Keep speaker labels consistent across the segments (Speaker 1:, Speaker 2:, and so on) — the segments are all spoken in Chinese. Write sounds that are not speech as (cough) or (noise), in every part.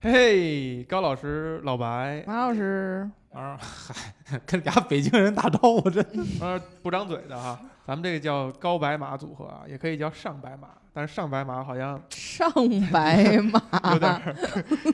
Speaker 1: 嘿嘿，高老师，老
Speaker 2: (laughs)
Speaker 1: 白，
Speaker 2: 马老师，
Speaker 1: 啊，
Speaker 3: (laughs) 跟俩北京人打招呼，真
Speaker 1: 啊，不张嘴的哈，咱们这个叫高白马组合啊，也可以叫上白马，但是上白马好像
Speaker 2: 上白马
Speaker 1: (laughs) 有点儿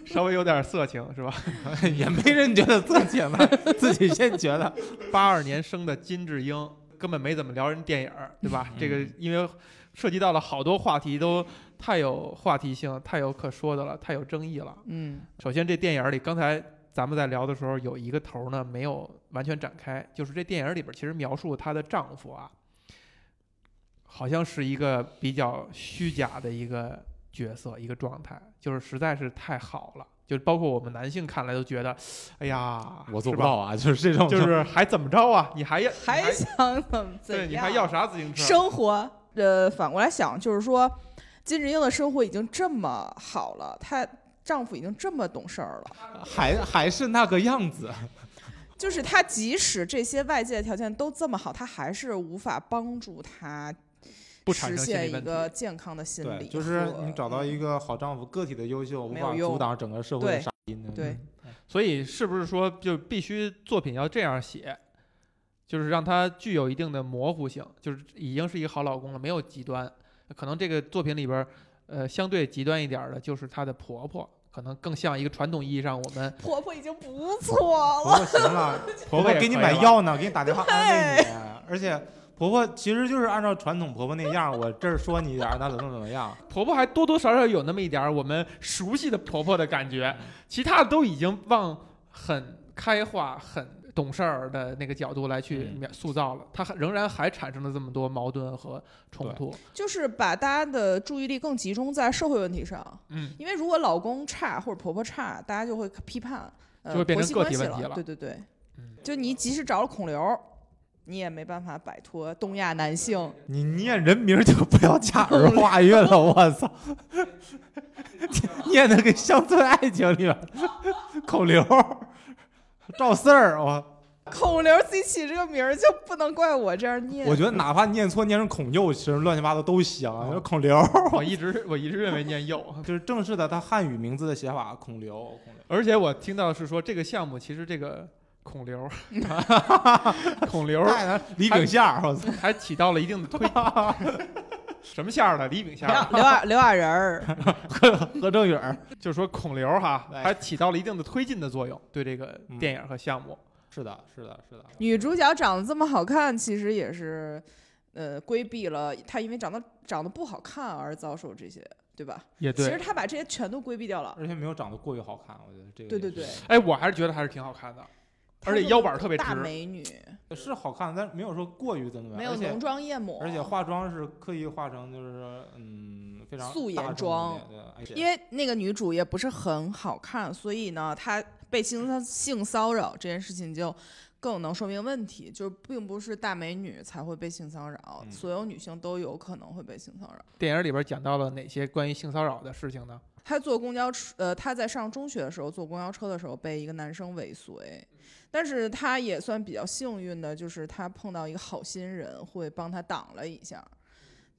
Speaker 1: 稍微有点儿色情是吧？
Speaker 3: (laughs) 也没人觉得自己呢，自己先觉得
Speaker 1: 八二年生的金智英根本没怎么聊人电影儿，对吧？
Speaker 3: 嗯
Speaker 1: 这个因为涉及到了好多话题，都太有话题性，太有可说的了，太有争议了。
Speaker 2: 嗯
Speaker 1: 首先，这电影儿里刚才咱们在聊的时候，有一个头儿呢没有完全展开，就是这电影儿里边儿其实描述她的丈夫啊，好像是一个比较虚假的一个角色，一个状态，就是实在是太好了，就包括我们男性看来都觉得，哎呀，
Speaker 3: 我做
Speaker 1: 是
Speaker 3: 不
Speaker 1: 吧
Speaker 3: 到啊，就是这种
Speaker 1: 就是还怎么着啊？你还要
Speaker 2: 还想怎么怎
Speaker 1: 对，
Speaker 2: 样？
Speaker 1: 你还要啥自行车？
Speaker 2: 生活？呃，反过来想，就是说，金智英的生活已经这么好了，她丈夫已经这么懂事儿了，
Speaker 3: 还还是那个样子，
Speaker 2: 就是她即使这些外界条件都这么好，她还是无法帮助她
Speaker 1: 不产
Speaker 2: 实
Speaker 1: 生心
Speaker 2: 现
Speaker 1: 理
Speaker 2: 一
Speaker 1: 问题。
Speaker 2: 个健康的心
Speaker 3: 对，
Speaker 2: 理和，嗯
Speaker 3: 就是你找到一个好丈夫，个体的优秀无
Speaker 2: 没
Speaker 3: 法
Speaker 2: 有用
Speaker 3: 阻挡整个社会的
Speaker 2: 对
Speaker 3: 杀嗯因。
Speaker 2: 对，
Speaker 1: 所以是不是说就必须作品要这样写，就是让它具有一定的模糊性，就是已经是一个好老公了，没有极端。可能这个作品里边儿，呃，相对极端一点儿的就是她的婆婆，可能更像一个传统意义上我们
Speaker 2: 婆婆已经不错
Speaker 3: 婆
Speaker 2: 了，
Speaker 3: 婆行
Speaker 2: (laughs)
Speaker 3: 了，
Speaker 1: 婆
Speaker 3: 婆
Speaker 1: 婆
Speaker 3: 婆
Speaker 1: 也
Speaker 3: 给你
Speaker 1: 可以
Speaker 3: 买
Speaker 1: 了
Speaker 3: 药呢，给你打电话安慰你，
Speaker 2: 哎
Speaker 3: 而且婆婆其实就是按照传统婆婆那样，我这儿说你一点啊儿，那怎么怎么样，
Speaker 1: 婆婆还多多少少有那么一点儿我们熟悉的婆婆的感觉，其他的都已经往很开化、很懂事儿的那个角度来去
Speaker 3: 嗯
Speaker 1: 描塑造了，她还仍然还产生了这么多矛盾和冲突。
Speaker 2: 就是把大家的注意力更集中在社会问题上。
Speaker 1: 嗯，
Speaker 2: 因为如果老公差或者婆婆差，大家就会批判，呃、
Speaker 1: 就会变成
Speaker 2: 婆
Speaker 1: 个体
Speaker 2: 媳关系
Speaker 1: 问题
Speaker 2: 了。
Speaker 1: 了
Speaker 2: 对对对，
Speaker 1: 嗯
Speaker 2: 就你即使找了孔刘，你也没办法摆脱东亚男性。
Speaker 3: 你念人名就不要加儿化音了，我操！念的跟乡村爱情里面，口流儿、赵四儿，我
Speaker 2: 孔刘自己起这个名儿就不能怪我这样念。
Speaker 3: 我觉得哪怕念错念成孔佑，其实乱七八糟都行。孔流儿 (laughs)
Speaker 1: 我一直我一直认为念幼，
Speaker 3: 就是正式的他汉语名字的写法，孔刘，孔刘。
Speaker 1: 而且我听到是说这个项目其实这个孔刘， (laughs) 孔刘
Speaker 3: 太难，李炳夏，我
Speaker 2: (laughs)
Speaker 3: 操！
Speaker 1: 还起到了一定的推，什么馅儿的李炳馅儿
Speaker 2: 刘，刘亚刘亚仁儿，
Speaker 3: 何何正远儿，
Speaker 1: 就是说孔刘哈
Speaker 3: 哎
Speaker 1: 还起到了一定的推进的作用，对这个
Speaker 3: 嗯
Speaker 1: 电影和项目。
Speaker 3: 是的，是的，是的。
Speaker 2: 女主角长得这么好看，其实也是，呃，规避了她因为长得长得不好看而遭受这些，对吧？
Speaker 1: 也
Speaker 2: 其实，她把这些全都规避掉了。
Speaker 3: 而且没有长得过于好看，我觉得这个
Speaker 2: 对对
Speaker 3: 也
Speaker 2: 对
Speaker 3: 是，
Speaker 1: 哎，我还是觉得还是挺好看的，而
Speaker 2: 她
Speaker 1: 且
Speaker 2: 就
Speaker 1: 腰板儿特别直
Speaker 2: 大。美女，
Speaker 3: 是好看，但是没有说过于怎么样，
Speaker 2: 没有
Speaker 3: 而且
Speaker 2: 浓妆艳抹，
Speaker 3: 而且化妆是刻意化成就是说嗯非常
Speaker 2: 素颜
Speaker 3: 大众
Speaker 2: 妆
Speaker 3: 一点的，哎对，
Speaker 2: 因
Speaker 3: 为
Speaker 2: 为那个女主也不是很好看，所以呢，她被性骚性骚扰这件事情就更能说明问题，就是并不是大美女才会被性骚扰，
Speaker 3: 嗯
Speaker 2: 所有女性都有可能会被性骚扰。
Speaker 1: 电影里边讲到了哪些关于性骚扰的事情呢？
Speaker 2: 她坐公交车，呃，她在上中学的时候坐公交车的时候被一个男生尾
Speaker 3: 嗯
Speaker 2: 随，但是她也算比较幸运的，就是她碰到一个好心人会帮她挡了一下，
Speaker 3: 嗯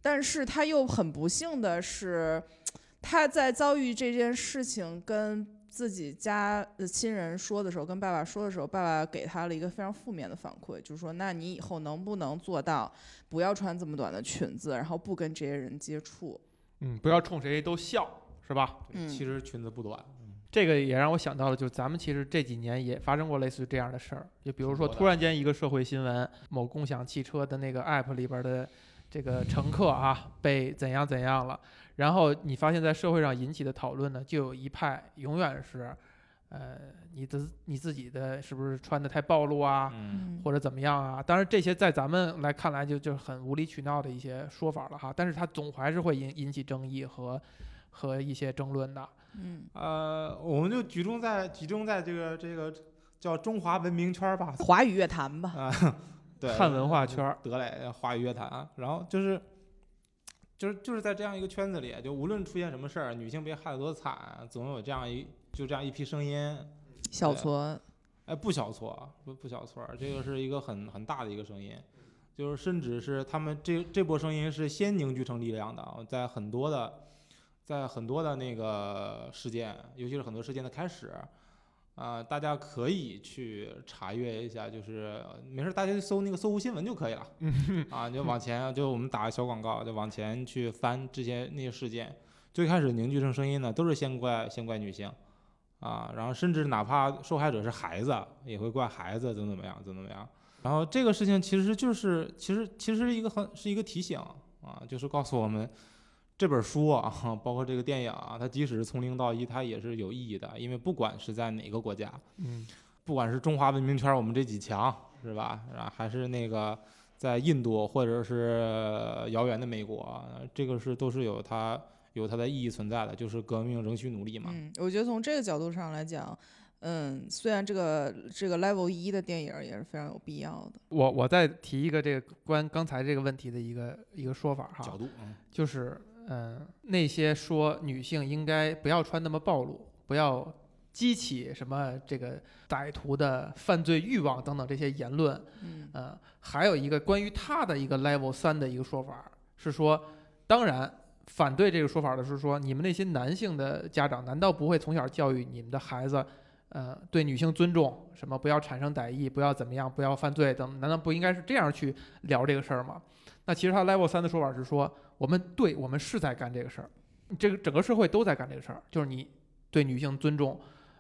Speaker 2: 但是她又很不幸的是，她在遭遇这件事情跟自己家的亲人说的时候，跟爸爸说的时候，爸爸给她了一个非常负面的反馈，就是说，那你以后能不能做到不要穿这么短的裙子，然后不跟这些人接触？
Speaker 1: 嗯，不要冲谁都笑，是吧？
Speaker 2: 嗯
Speaker 3: 其实裙子不短，嗯
Speaker 1: 这个也让我想到了，就是咱们其实这几年也发生过类似于这样的事儿，就比如说
Speaker 3: 挺多的
Speaker 1: 突然间一个社会新闻，某共享汽车的那个 app 里边的这个乘客啊被怎样怎样了，然后你发现在社会上引起的讨论呢，就有一派永远是，呃，你自你自己的是不是穿的太暴露啊，
Speaker 3: 嗯，
Speaker 1: 或者怎么样啊？当然，这些在咱们来看来就就是很无理取闹的一些说法了哈，但是它总还是会引引起争议和和一些争论的。
Speaker 2: 嗯，
Speaker 3: 呃，我们就集中在集中在这个这个叫中华文明圈儿
Speaker 1: (laughs)
Speaker 3: 吧，
Speaker 2: 华语乐坛吧。
Speaker 3: 啊，对，
Speaker 1: 汉文化圈儿
Speaker 3: 得来华语乐坛啊，然后就是。就是就是在这样一个圈子里，就无论出现什么事儿，女性被害得多惨，总有这样一就这样一批声音，
Speaker 2: 小
Speaker 3: 对
Speaker 2: 存，
Speaker 3: 哎，不小错，不不小错，这个是一个很很大的一个声音，啊就是甚至是他们这这波声音是先凝聚成力量的，在很多的在很多的那个事件，尤其是很多事件的开始，啊、大家可以去查阅一下，就是呃没事儿大家就搜那个搜狐新闻就可以了，啊，你就往前，就我们打个小广告，就往前去翻这些那些事件。最开始凝聚成声音呢，都是先怪先怪女性，啊，然后甚至哪怕受害者是孩子，也会怪孩子怎么怎么样，怎么怎么样。然后这个事情其实就是，其实其实一个很是一个提醒啊，就是告诉我们，这本书啊，包括这个电影啊，它即使是从零到一，它也是有意义的，因为不管是在哪个国家，
Speaker 1: 嗯
Speaker 3: 不管是中华文明圈儿我们这几强是吧？然后还是那个在印度或者是遥远的美国，这个是都是有它有它的意义存在的，就是革命仍需努力嘛。
Speaker 2: 嗯，我觉得从这个角度上来讲，嗯，虽然这个这个 level 一的电影儿也是非常有必要的。
Speaker 1: 我我再提一个这个关刚才这个问题的一个一个说法哈
Speaker 3: 角，度，嗯
Speaker 1: 就是嗯、那些说女性应该不要穿那么暴露，不要激起什么这个歹徒的犯罪欲望等等这些言论，
Speaker 2: 嗯
Speaker 1: 呃，还有一个关于他的一个 level 三的一个说法是说，当然反对这个说法的是说，你们那些男性的家长难道不会从小教育你们的孩子，呃，对女性尊重，什么不要产生歹意，不要怎么样，不要犯罪等，难道不应该是这样去聊这个事儿吗？那其实他 level 三的说法是说，我们对我们是在干这个事儿，这个整个社会都在干这个事儿，就是你对女性尊重，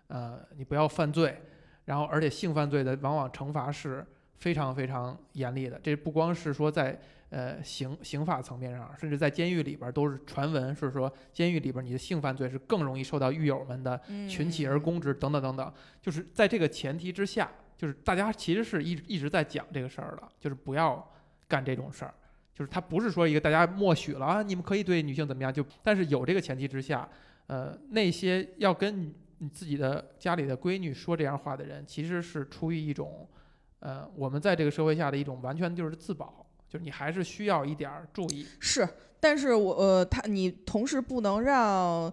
Speaker 1: 呃，你不要犯罪，然后而且性犯罪的往往惩罚是。非常非常严厉的。这不光是说在呃刑刑法层面上，甚至在监狱里边儿都是传闻，是说监狱里边儿你的性犯罪是更容易受到狱友们的
Speaker 2: 嗯，
Speaker 1: 群起而攻之等等等等。就是在这个前提之下，就是大家其实是一一直在讲这个事儿的，就是不要干这种事儿。就是他不是说一个大家默许了啊，你们可以对女性怎么样就，但是有这个前提之下，呃，那些要跟你你自己的家里的闺女说这样话的人，其实是出于一种，呃，我们在这个社会下的一种完全就是自保，就是你还是需要一点儿注意。
Speaker 2: 是，但是我呃，他你同时不能让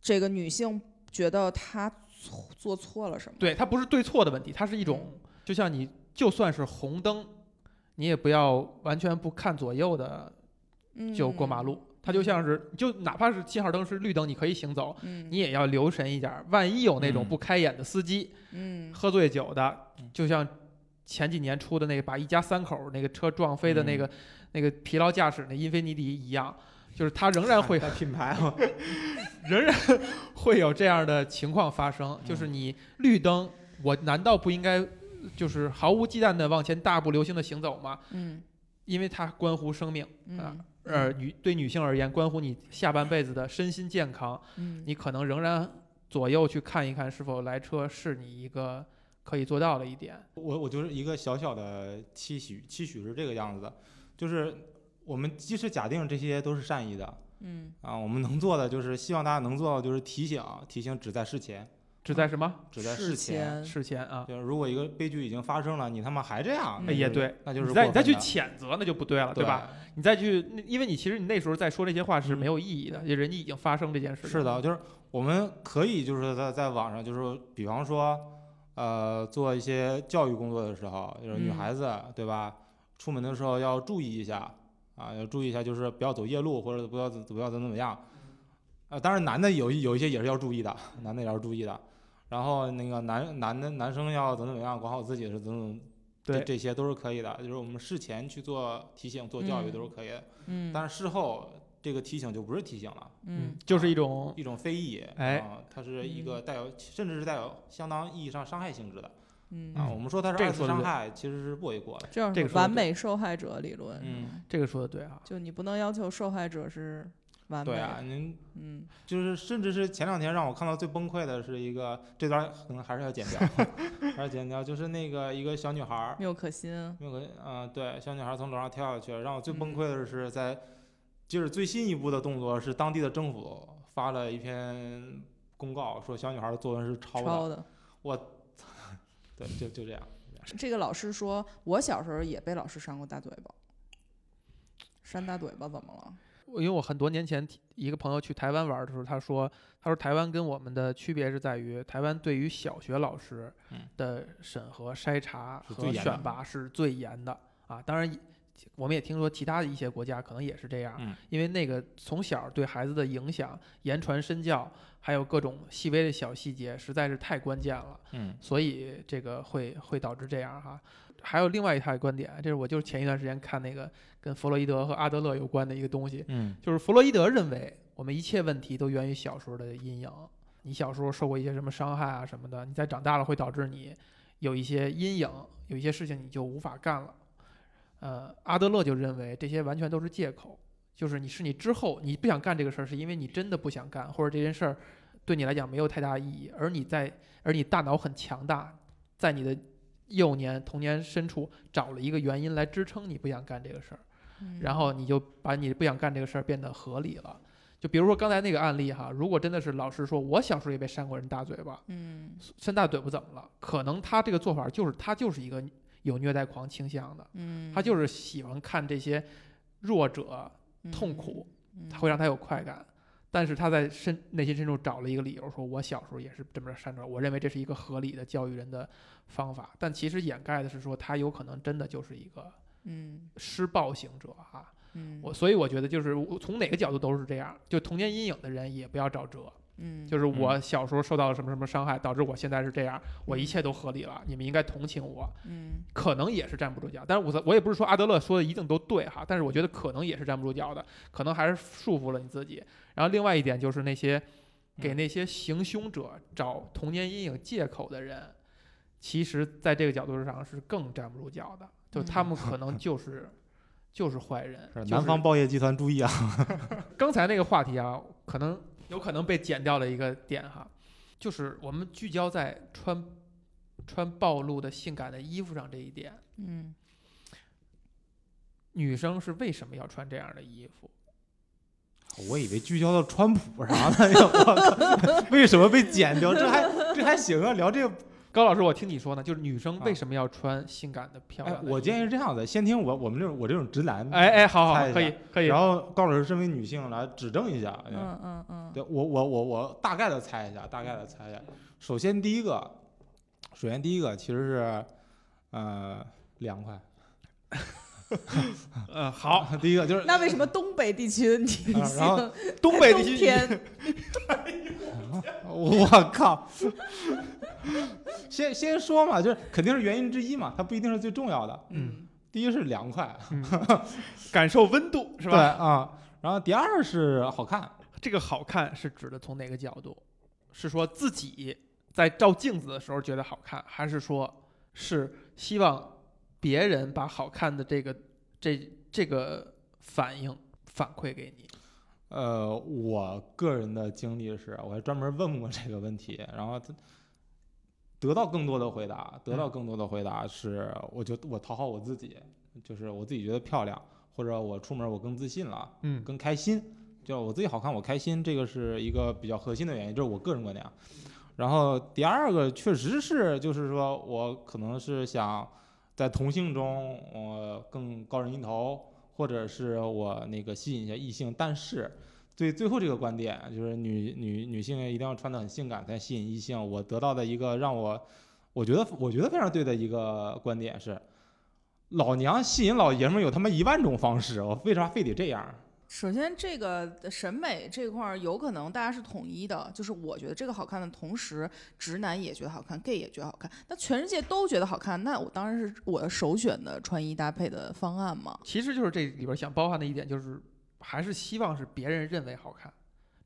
Speaker 2: 这个女性觉得她错做错了什么。
Speaker 1: 对，它不是对错的问题，它是一种，
Speaker 2: 嗯
Speaker 1: 就像你就算是红灯，你也不要完全不看左右的
Speaker 2: 嗯，
Speaker 1: 就过马路。它就像是，就哪怕是信号灯是绿灯，你可以行走，
Speaker 2: 嗯，
Speaker 1: 你也要留神一点儿。万一有那种
Speaker 3: 嗯
Speaker 1: 不开眼的司机，
Speaker 2: 嗯
Speaker 1: 喝醉酒的
Speaker 3: 嗯，
Speaker 1: 就像前几年出的那个把一家三口那个车撞飞
Speaker 3: 嗯
Speaker 1: 的那个、那个疲劳驾驶那英菲尼迪一样，就是它仍然会
Speaker 3: 哎品牌嘛，
Speaker 1: 仍然会有这样的情况发生，
Speaker 3: 嗯
Speaker 1: 就是你绿灯，我难道不应该就是毫无忌惮的往前大步流星的行走吗？
Speaker 2: 嗯
Speaker 1: 因为它关乎生命，
Speaker 2: 嗯
Speaker 1: 呃，女对女性而言，关乎你下半辈子的身心健康，
Speaker 2: 嗯，
Speaker 1: 你可能仍然左右去看一看是否来车是你一个可以做到的一点。
Speaker 3: (laughs) 我我就是一个小小的期许，期许是这个样子的，就是我们即使假定这些都是善意的
Speaker 2: 嗯
Speaker 3: 啊，我们能做的就是希望大家能做到就是提醒，提醒只在事前，
Speaker 1: 只在什么
Speaker 3: 只在
Speaker 2: 事
Speaker 3: 前。
Speaker 2: 前
Speaker 1: 事前啊？
Speaker 3: 就是如果一个悲剧已经发生了，你他妈还这样，那
Speaker 1: 嗯哎也
Speaker 3: 就是
Speaker 1: 对，
Speaker 3: 那就是
Speaker 1: 你
Speaker 3: 过
Speaker 1: 再
Speaker 3: 分
Speaker 1: 你再去
Speaker 3: 的
Speaker 1: 谴责那就不对了，
Speaker 3: 对
Speaker 1: 对吧？？你再去，那因为你其实你那时候在说这些话是
Speaker 3: 嗯
Speaker 1: 没有意义的，因为人家已经发生这件事。
Speaker 3: 是的，，就是我们可以就是在在网上，就是比方说，呃，做一些教育工作的时候，就是女
Speaker 2: 嗯
Speaker 3: 孩子、对吧？出门的时候要注意一下啊，要注意一下，就是不要走夜路，或者不要怎不要怎么怎么样。啊，当然男的有一有一些也是要注意的，男的也要注意的。然后那个男男的男生要怎么怎么样，管好自己是怎么怎么，这
Speaker 1: 对
Speaker 3: 这些都是可以的，就是我们事前去做提醒、做教育都是可以的。
Speaker 2: 嗯
Speaker 3: 但是事后这个提醒就不是提醒了。
Speaker 2: 嗯，
Speaker 1: 就是
Speaker 3: 啊
Speaker 1: 一种
Speaker 3: 一种非议，
Speaker 1: 哎嗯
Speaker 3: 啊，它是一个带有甚至是带有相当意义上伤害性质的啊。
Speaker 2: 嗯，
Speaker 1: 嗯
Speaker 3: 我们说它是
Speaker 1: 这个
Speaker 3: 二次
Speaker 1: 说得
Speaker 3: 伤
Speaker 1: 对
Speaker 3: 害，其实是不为过的。
Speaker 2: 这叫
Speaker 1: 这
Speaker 2: 什
Speaker 1: 个
Speaker 2: 么
Speaker 1: 说得
Speaker 2: 完
Speaker 1: 对
Speaker 2: 美受害者理论。
Speaker 3: 嗯，
Speaker 1: 这个说的对啊，
Speaker 2: 就你不能要求受害者是完美
Speaker 3: 对
Speaker 2: 的。
Speaker 3: 啊，您
Speaker 2: 嗯，
Speaker 3: 就是甚至是前两天让我看到最崩溃的是一个，这段儿可能还是要剪掉， (laughs) 还是剪掉，就是那个一个小女孩儿，
Speaker 2: 缪可欣，
Speaker 3: 那个嗯、呃对，小女孩儿从楼上跳下去，让我最
Speaker 1: 嗯
Speaker 3: 崩溃的是在，就是最新一步的动作是当地的政府发了一篇公告，说小女孩儿的作文是抄的，
Speaker 2: 抄的。
Speaker 3: 对，就就这样。
Speaker 2: 这个老师说，我小时候也被老师扇过大嘴巴。扇大嘴巴怎么了？
Speaker 1: 因为我很多年前提一个朋友去台湾玩的时候，他说，他说台湾跟我们的区别是在于，台湾对于小学老师
Speaker 3: 嗯
Speaker 1: 的审核、筛查
Speaker 3: 是最
Speaker 1: 和
Speaker 3: 严的
Speaker 1: 选拔是最严的啊。当然，我们也听说其他的一些国家可能也是这样，
Speaker 3: 嗯
Speaker 1: 因为那个从小对孩子的影响、言传身教，还有各种细微的小细节，实在是太关键了，
Speaker 3: 嗯
Speaker 1: 所以这个会会导致这样哈。还有另外一派观点，这是我就是前一段时间看那个跟弗洛伊德和阿德勒有关的一个东西，
Speaker 3: 嗯
Speaker 1: 就是弗洛伊德认为我们一切问题都源于小时候的阴影。你小时候受过一些什么伤害啊什么的，你在长大了会导致你有一些阴影，有一些事情你就无法干了。呃，阿德勒就认为这些完全都是借口，就是你是你之后你不想干这个事儿，是因为你真的不想干，或者这件事儿对你来讲没有太大意义，而你在而你大脑很强大，在你的幼年童年深处找了一个原因来支撑你不想干这个事儿。
Speaker 2: 嗯
Speaker 1: 然后你就把你不想干这个事儿变得合理了。就比如说刚才那个案例哈，如果真的是老师说我小时候也被扇过人大嘴巴，
Speaker 2: 嗯
Speaker 1: 扇大嘴巴怎么了？可能他这个做法就是他就是一个有虐待狂倾向的，
Speaker 2: 嗯，
Speaker 1: 他就是喜欢看这些弱者痛苦，
Speaker 2: 嗯，
Speaker 1: 他会让他有快感。但是他在深内心深处找了一个理由，说我小时候也是这么着扇着，我认为这是一个合理的教育人的方法。但其实掩盖的是说，他有可能真的就是一个
Speaker 2: 嗯
Speaker 1: 施暴行者啊。
Speaker 2: 嗯，
Speaker 1: 我所以我觉得就是我从哪个角度都是这样，就童年阴影的人也不要找辙。
Speaker 2: 嗯
Speaker 1: 就是我
Speaker 3: 嗯
Speaker 1: 小时候受到了什么什么伤害，导致我现在是这样，我一
Speaker 2: 嗯
Speaker 1: 切都合理了，你们应该同情我。
Speaker 2: 嗯
Speaker 1: 可能也是站不住脚，但是我在我也不是说阿德勒说的一定都对哈，但是我觉得可能也是站不住脚的，可能还是束缚了你自己。然后另外一点就是那些给
Speaker 3: 嗯
Speaker 1: 那些行凶者找童年阴影借口的人，其实在这个角度上是更站不住脚的，就
Speaker 2: 嗯
Speaker 1: 他们可能就是就是坏人，
Speaker 3: 是
Speaker 1: 就是
Speaker 3: 南方报业集团注意啊！
Speaker 1: 刚才那个话题啊，可能有可能被剪掉了一个点哈，就是我们聚焦在穿穿暴露的性感的衣服上这一点，
Speaker 2: 嗯
Speaker 1: 女生是为什么要穿这样的衣服？
Speaker 3: (laughs) 我以为聚焦到川普啥呢，哎呀我靠，为什么被剪掉？这还这还行啊，聊这个。
Speaker 1: 高老师，我听你说呢，就是女生
Speaker 3: 啊
Speaker 1: 为什么要穿性感的漂
Speaker 3: 哎
Speaker 1: 亮，的
Speaker 3: 我建议
Speaker 1: 议，
Speaker 3: 是这样的，先听我我们这种我这种直男，
Speaker 1: 哎，哎，好好
Speaker 3: 猜
Speaker 1: 好，可
Speaker 3: 一
Speaker 1: 以
Speaker 3: 下
Speaker 1: 可以，
Speaker 3: 然后高老师身为女性来指正一下。哎呀
Speaker 2: 嗯嗯
Speaker 3: 对我我我我大概的猜一下，大概的猜一下。首先第一个，首先第一个其实是，呃，凉快。呃
Speaker 1: 嗯，好，，
Speaker 3: (laughs) 第一个就是
Speaker 2: 嗯，那为什么东北地区的女
Speaker 3: 啊然后
Speaker 2: 性
Speaker 1: 东北地
Speaker 2: 冬
Speaker 1: 区
Speaker 2: 天
Speaker 3: 我靠！先先说嘛，就是肯定是原因之一嘛，它不一定是最重要的。
Speaker 1: (laughs) 嗯
Speaker 3: 第一是凉快，
Speaker 1: 感受温度是
Speaker 3: 对
Speaker 1: 吧？
Speaker 3: 啊、然后第二是好看，
Speaker 1: 这个好看是指的从哪个角度？是说自己在照镜子的时候觉得好看，还是说是希望别人把好看的这个这这个反应反馈给你？
Speaker 3: 呃，我个人的经历是，我还专门问过这个问题，然后他得到更多的回答，得到
Speaker 1: 嗯
Speaker 3: 更多的回答是，我觉得我讨好我自己，就是我自己觉得漂亮，或者我出门我更自信了，
Speaker 1: 嗯
Speaker 3: 更开心，就是我自己好看，我开心，这个是一个比较核心的原因，这是我个人观点啊。然后第二个确实是，就是说我可能是想在同性中我更高人一头，或者是我那个吸引一下异性，但是。对最后这个观点，就是女女女性一定要穿得很性感才吸引异性。我得到的一个让我，我觉得我觉得非常对的一个观点是，老娘吸引老爷们儿有他妈一万种方式，我为啥非得这样？
Speaker 2: 首先，这个呃审美这块儿有可能大家是统一的，就是我觉得这个好看的同时，直男也觉得好看，gay 也觉得好看，那全世界都觉得好看，那我当然是我的首选的穿衣搭配的方案嘛。
Speaker 1: 其实就是这里边想包含的一点就是，还是希望是别人认为好看，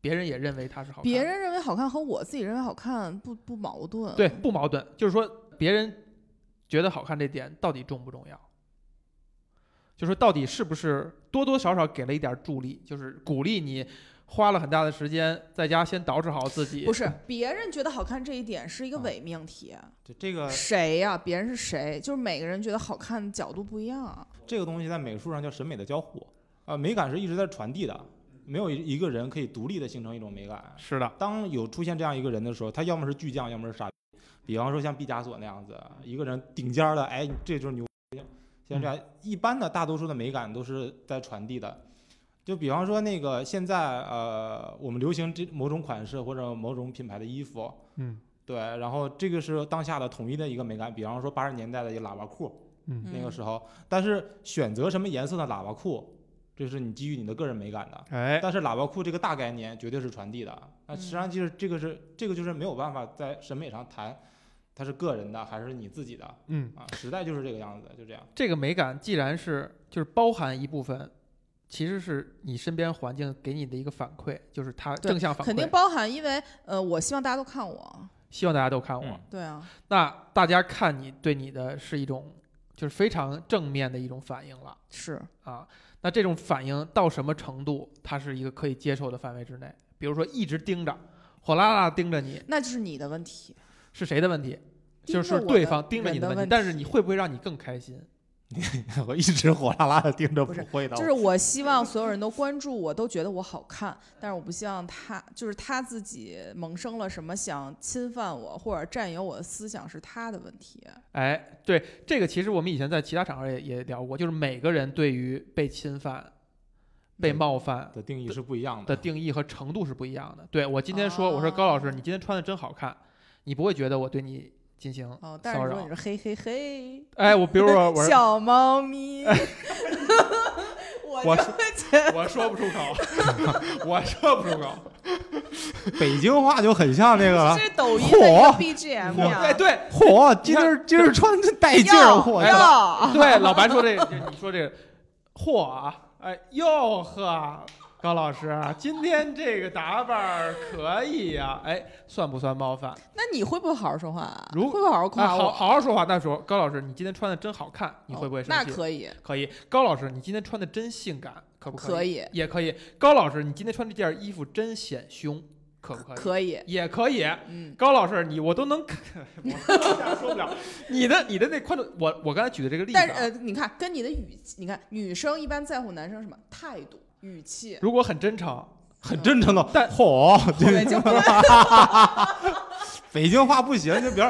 Speaker 1: 别人也认为它是好看的。
Speaker 2: 别人认为好看和我自己认为好看不不矛盾。
Speaker 1: 对不矛盾，就是说别人觉得好看这点到底重不重要？就说到底是不是多多少少给了一点助力，就是鼓励你花了很大的时间在家先捯饬好自己
Speaker 2: 不。是别人觉得好看这一点是
Speaker 1: 嗯
Speaker 2: 一个伪命题，
Speaker 3: 就这
Speaker 1: 呃
Speaker 3: 个
Speaker 2: 谁呀、别人是谁？就是每个人觉得好看的角度不一样啊。
Speaker 3: 这个东西在美术上叫审美的交互啊、呃美感是一直在传递的，没有一一个人可以独立的形成一种美感。
Speaker 1: 是的，
Speaker 3: 当有出现这样一个人的时候，他要么是巨匠，要么是傻逼。比方说像毕加索那样子，一个人顶尖儿的，哎，这就是牛逼。像这样，一般的大多数的美感都是在传递的。就比方说那个现在呃，我们流行这某种款式或者某种品牌的衣服，
Speaker 1: 嗯，
Speaker 3: 对，然后这个是当下的统一的一个美感。比方说八十年代的一个喇叭裤，
Speaker 1: 嗯
Speaker 3: 那个
Speaker 2: 嗯
Speaker 3: 时候，但是选择什么颜色的喇叭裤，这是你基于你的个人美感的。
Speaker 1: 哎，
Speaker 3: 但是喇叭裤这个大概念绝对是传递的，那实际上就是这个是这个就是没有办法在审美上谈，它是个人的还是你自己的
Speaker 1: 嗯，
Speaker 3: 啊？时代就是这个样子，就这样。
Speaker 1: 这个美感既然是就是包含一部分，其实是你身边环境给你的一个反馈，就是它
Speaker 2: 对
Speaker 1: 正向反
Speaker 2: 肯定
Speaker 1: 馈。
Speaker 2: 包含，因为呃，我希望大家都看我，
Speaker 1: 希望大家都看我。
Speaker 3: 嗯
Speaker 2: 对啊，
Speaker 1: 那大家看你对你的是一种就是非常正面的一种反应了
Speaker 2: 是，
Speaker 1: 啊。那这种反应到什么程度，它是一个可以接受的范围之内？比如说一直盯着，火辣辣地盯着你，
Speaker 2: 那就是你的问题，
Speaker 1: 是谁的问题？
Speaker 2: 盯
Speaker 1: 就
Speaker 2: 着
Speaker 1: 是
Speaker 2: 我
Speaker 1: 对
Speaker 2: 的
Speaker 1: 方盯着你
Speaker 2: 人的
Speaker 1: 问
Speaker 2: 问
Speaker 1: 题，但是
Speaker 2: 题
Speaker 1: 你会不会让你更开心？
Speaker 3: (laughs) 我一直火辣辣的盯着
Speaker 2: 不是
Speaker 3: 会的
Speaker 2: 就是我希望所有人都关注我，都觉得我好看，但是我不希望他，就是他自己萌生了什么想侵犯我或者占有我的思想是他的问题，
Speaker 1: 哎，对这个，其实我们以前在其他场合也也聊过，就是每个人对于被侵犯、被
Speaker 3: 嗯
Speaker 1: 冒犯
Speaker 3: 的定义是不一样
Speaker 1: 的
Speaker 3: 的。
Speaker 1: 定义和程度是不一样的。对我今天说，我说高老
Speaker 2: 哦
Speaker 1: 师，你今天穿的真好看，你不会觉得我对你进行
Speaker 2: 哦，但
Speaker 1: 骚
Speaker 2: 是如果
Speaker 1: 扰
Speaker 2: 你。是嘿嘿嘿，
Speaker 1: 哎，我比如说我
Speaker 2: (laughs)
Speaker 1: 是
Speaker 2: 小
Speaker 1: (laughs)
Speaker 2: 猫咪，
Speaker 1: 我
Speaker 2: 我
Speaker 1: 是
Speaker 2: 就会觉得
Speaker 1: 我说不出口，我说 (laughs) 不出口。
Speaker 3: (laughs) 北京话就很像那个
Speaker 2: (laughs)
Speaker 3: 了
Speaker 2: 这。是抖音的一个
Speaker 3: 嚯
Speaker 2: BGM
Speaker 3: 嚯
Speaker 1: 哎，
Speaker 2: 呀，
Speaker 1: 对
Speaker 3: 嚯，
Speaker 1: 今儿
Speaker 3: 今儿穿这带
Speaker 2: 哟
Speaker 1: 哎
Speaker 3: 操
Speaker 2: 哟
Speaker 1: 对，老白说这，就 (laughs) 你说这个，嚯啊，哎哟呵，高老师，啊今天这个打扮儿可以呀、哎，算不算冒犯？
Speaker 2: 那你会不会好好说话啊？
Speaker 1: 如
Speaker 2: 会不会好好
Speaker 1: 啊，
Speaker 2: 夸
Speaker 1: 好
Speaker 2: 我？
Speaker 1: 好好说话。那说高老师，你今天穿的真好看，你会不会
Speaker 2: 哦
Speaker 1: 生
Speaker 2: 那
Speaker 1: 气？
Speaker 2: 可以，
Speaker 1: 可以。高老师，你今天穿的真性感，可不
Speaker 2: 可
Speaker 1: 以？
Speaker 2: 以，
Speaker 1: 也可以。高老师，你今天穿这件衣服真显胸，可不可以？
Speaker 2: 可以，
Speaker 1: 也可以。
Speaker 2: 嗯，
Speaker 1: 高老师，你我都能看， (laughs) 我一下说不了。你的你的那宽度，我我刚才举的这个例子
Speaker 2: 但是
Speaker 1: 啊，
Speaker 2: 呃，你看跟你的语气，你看女生一般在乎男生什么态度、
Speaker 1: (laughs)
Speaker 2: 语气，
Speaker 1: 如果很真诚，
Speaker 3: 很真诚的。
Speaker 1: 但
Speaker 3: 嚯，
Speaker 2: 对，就不能
Speaker 3: 北京话不行，就比如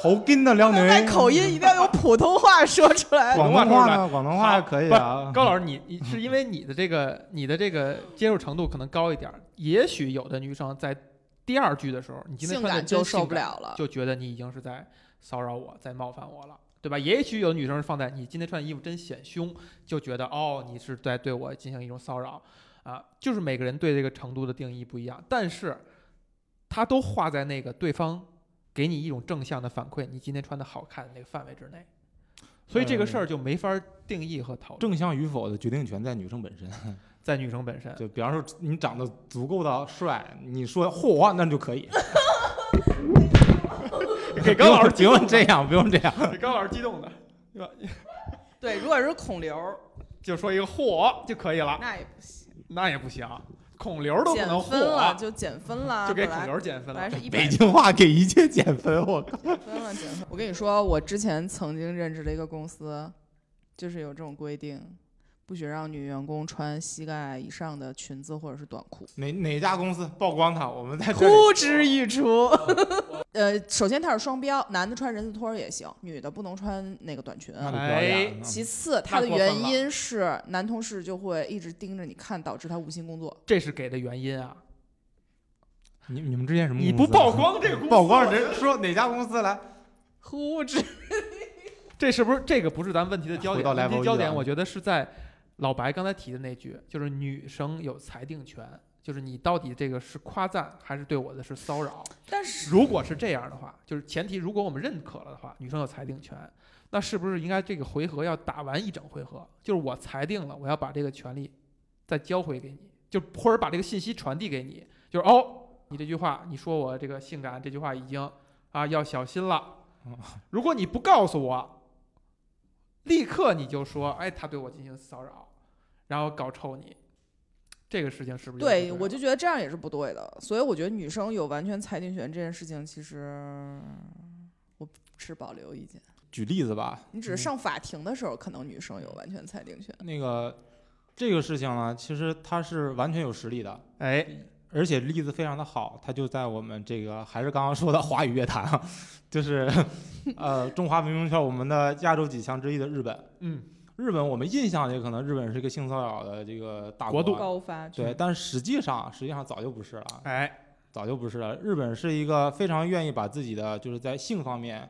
Speaker 3: 好跟的两女。
Speaker 2: 带
Speaker 3: (laughs)
Speaker 2: 口音，一定要用普通话说出来。
Speaker 3: 广东话哎呢？广东话
Speaker 1: 好
Speaker 3: 可以啊。
Speaker 1: 高老师，你你是因为你的这个你的这个接受程度可能高一点儿，也许有的女生在第二句的时候，你今天
Speaker 2: 性
Speaker 1: 穿的
Speaker 2: 感
Speaker 1: 真
Speaker 2: 就
Speaker 1: 性
Speaker 2: 受不
Speaker 1: 感，
Speaker 2: 了了，
Speaker 1: 就觉得你已经是在骚扰我，在冒犯我了，对吧？也许有女生是放在你今天穿的衣服真显胸，就觉得哦，你是在对我进行一种骚扰啊，就是每个人对这个程度的定义不一样，但是它都画在那个对方给你一种正向的反馈，你今天穿的好看的那个范围之内，所以这个事儿就没法儿定义和讨论，
Speaker 3: 正向与否的决定权在女生本身。
Speaker 1: 在女生本身。
Speaker 3: 就比方说你长得足够的帅，你说嚯，那就可 (laughs) 以。
Speaker 1: 给高
Speaker 3: (laughs)
Speaker 1: 老师
Speaker 3: 不用这样，不用这样。
Speaker 1: 给高老师激动的，对吧？
Speaker 2: 对，如果是孔刘儿，
Speaker 1: 就说一个嚯就可以了，
Speaker 2: 那也不行，
Speaker 1: 那也不行，孔刘都不
Speaker 2: 减
Speaker 1: 能
Speaker 2: 分了
Speaker 1: 嚯，
Speaker 2: 就减分了，
Speaker 1: 就给
Speaker 2: 本
Speaker 1: 孔
Speaker 2: 来
Speaker 1: 刘减分
Speaker 2: 本
Speaker 1: 了
Speaker 2: 来。是一百
Speaker 3: 北京话给一切减分，我靠！
Speaker 2: 分了，减分。我跟你说，我之前曾经任职的一个公司，就是有这种规定，不许让女员工穿膝盖以上的裙子或者是短裤。
Speaker 3: 哪哪家公司曝光他？我们在这里。
Speaker 2: 呼之欲出。 (laughs) 呃，首先它是双标，男的穿人字拖儿也行，女的不能穿那个短裙。啊
Speaker 3: 那就不要演了
Speaker 2: 其次，它的
Speaker 1: 那过分
Speaker 2: 原
Speaker 1: 了
Speaker 2: 因是男同事就会一直盯着你看，导致他无心工作。
Speaker 1: 这是给的原因啊！
Speaker 3: 你你们之前什么公
Speaker 1: 你
Speaker 3: 司啊？
Speaker 1: 不曝光这个公司
Speaker 3: (laughs) 曝光人说哪家公司来？
Speaker 2: 呼之，
Speaker 1: 这是不是这个不是咱问题的焦
Speaker 3: 回
Speaker 1: 点？
Speaker 3: 到
Speaker 1: 问题
Speaker 3: level
Speaker 1: 焦
Speaker 3: 一啊
Speaker 1: 点我觉得是在老白刚才提的那句，就是女生有裁定权，就是你到底这个是夸赞还是对我的是骚扰？
Speaker 2: 但是
Speaker 1: 如果是这样的话，就是前提，如果我们认可了的话，女生有裁定权，那是不是应该这个回合要打完一整回合？就是我裁定了，我要把这个权利再交回给你，就或者把这个信息传递给你，就是哦，你这句话，你说我这个性感这句话已经啊要小心了。如果你不告诉我，立刻你就说，哎，他对我进行骚扰，然后搞臭你，这个事情是不是就不
Speaker 2: 对
Speaker 1: 了
Speaker 2: 我就觉得这样也是不对的，所以我觉得女生有完全裁定权这件事情，其实我持保留意见。
Speaker 3: 举例子吧，
Speaker 2: 你只是上法庭的时候，可能女生有完全裁定权。
Speaker 3: 那个这个事情呢，其实它是完全有实力的，
Speaker 1: 哎，
Speaker 3: 而且例子非常的好，它就在我们这个还是刚刚说的华语乐坛啊，就是呃中华文明圈我们的亚洲几强之一的日本。
Speaker 1: 嗯，
Speaker 3: 日本我们印象里可能日本是一个性骚扰的这个大
Speaker 1: 国度
Speaker 3: 啊
Speaker 2: 高发
Speaker 3: 对，但是实际上实际上早就不是了，啊
Speaker 1: 哎，
Speaker 3: 早就不是了。日本是一个非常愿意把自己的就是在性方面，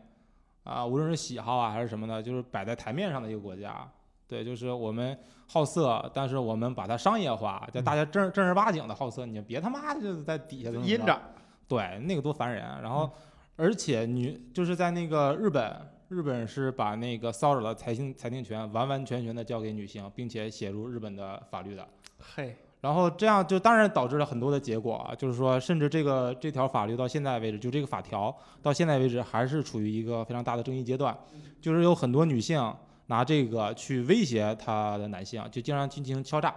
Speaker 3: 啊、无论是喜好啊还是什么的，就是摆在台面上的一个国家。对，就是我们好色，但是我们把它商业化，就大家正正儿八经的好色，你就别他妈嗯就是在底下怎么怎么
Speaker 1: 阴
Speaker 3: 着。
Speaker 1: 着，
Speaker 3: 对，那个多烦人啊。然后，而且女就是在那个日本，日本是把那个骚扰的财性裁定权完完全全的交给女性，并且写入日本的法律的。
Speaker 1: 嘿，
Speaker 3: 然后这样就当然导致了很多的结果啊，就是说，甚至这个这条法律到现在为止，就这个法条到现在为止还是处于一个非常大的争议阶段，就是有很多女性拿这个去威胁她的男性，就经常进行敲诈，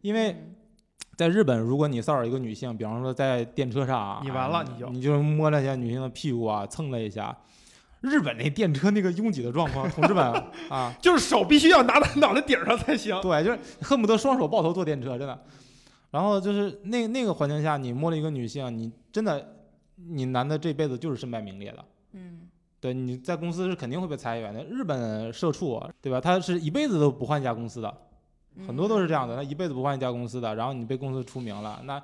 Speaker 3: 因为
Speaker 2: 嗯
Speaker 3: 在日本，如果你骚扰一个女性，比方说在电车上啊，
Speaker 1: 你完了
Speaker 3: 你
Speaker 1: 你就
Speaker 3: 你就摸了一下女性的屁股啊，蹭了一下。日本那电车那个拥挤的状况，同志们啊，
Speaker 1: 就是手必须要拿到脑袋顶上才行。
Speaker 3: (laughs) 对，就是恨不得双手抱头坐电车，真的。然后就是那那个环境下，你摸了一个女性，你真的，你男的这辈子就是身败名裂的。
Speaker 2: 嗯
Speaker 3: 对，你在公司是肯定会被裁员的。日本社畜，对吧？他是一辈子都不换一家公司的，
Speaker 2: 嗯，
Speaker 3: 很多都是这样的，他一辈子不换一家公司的，然后你被公司出名了，那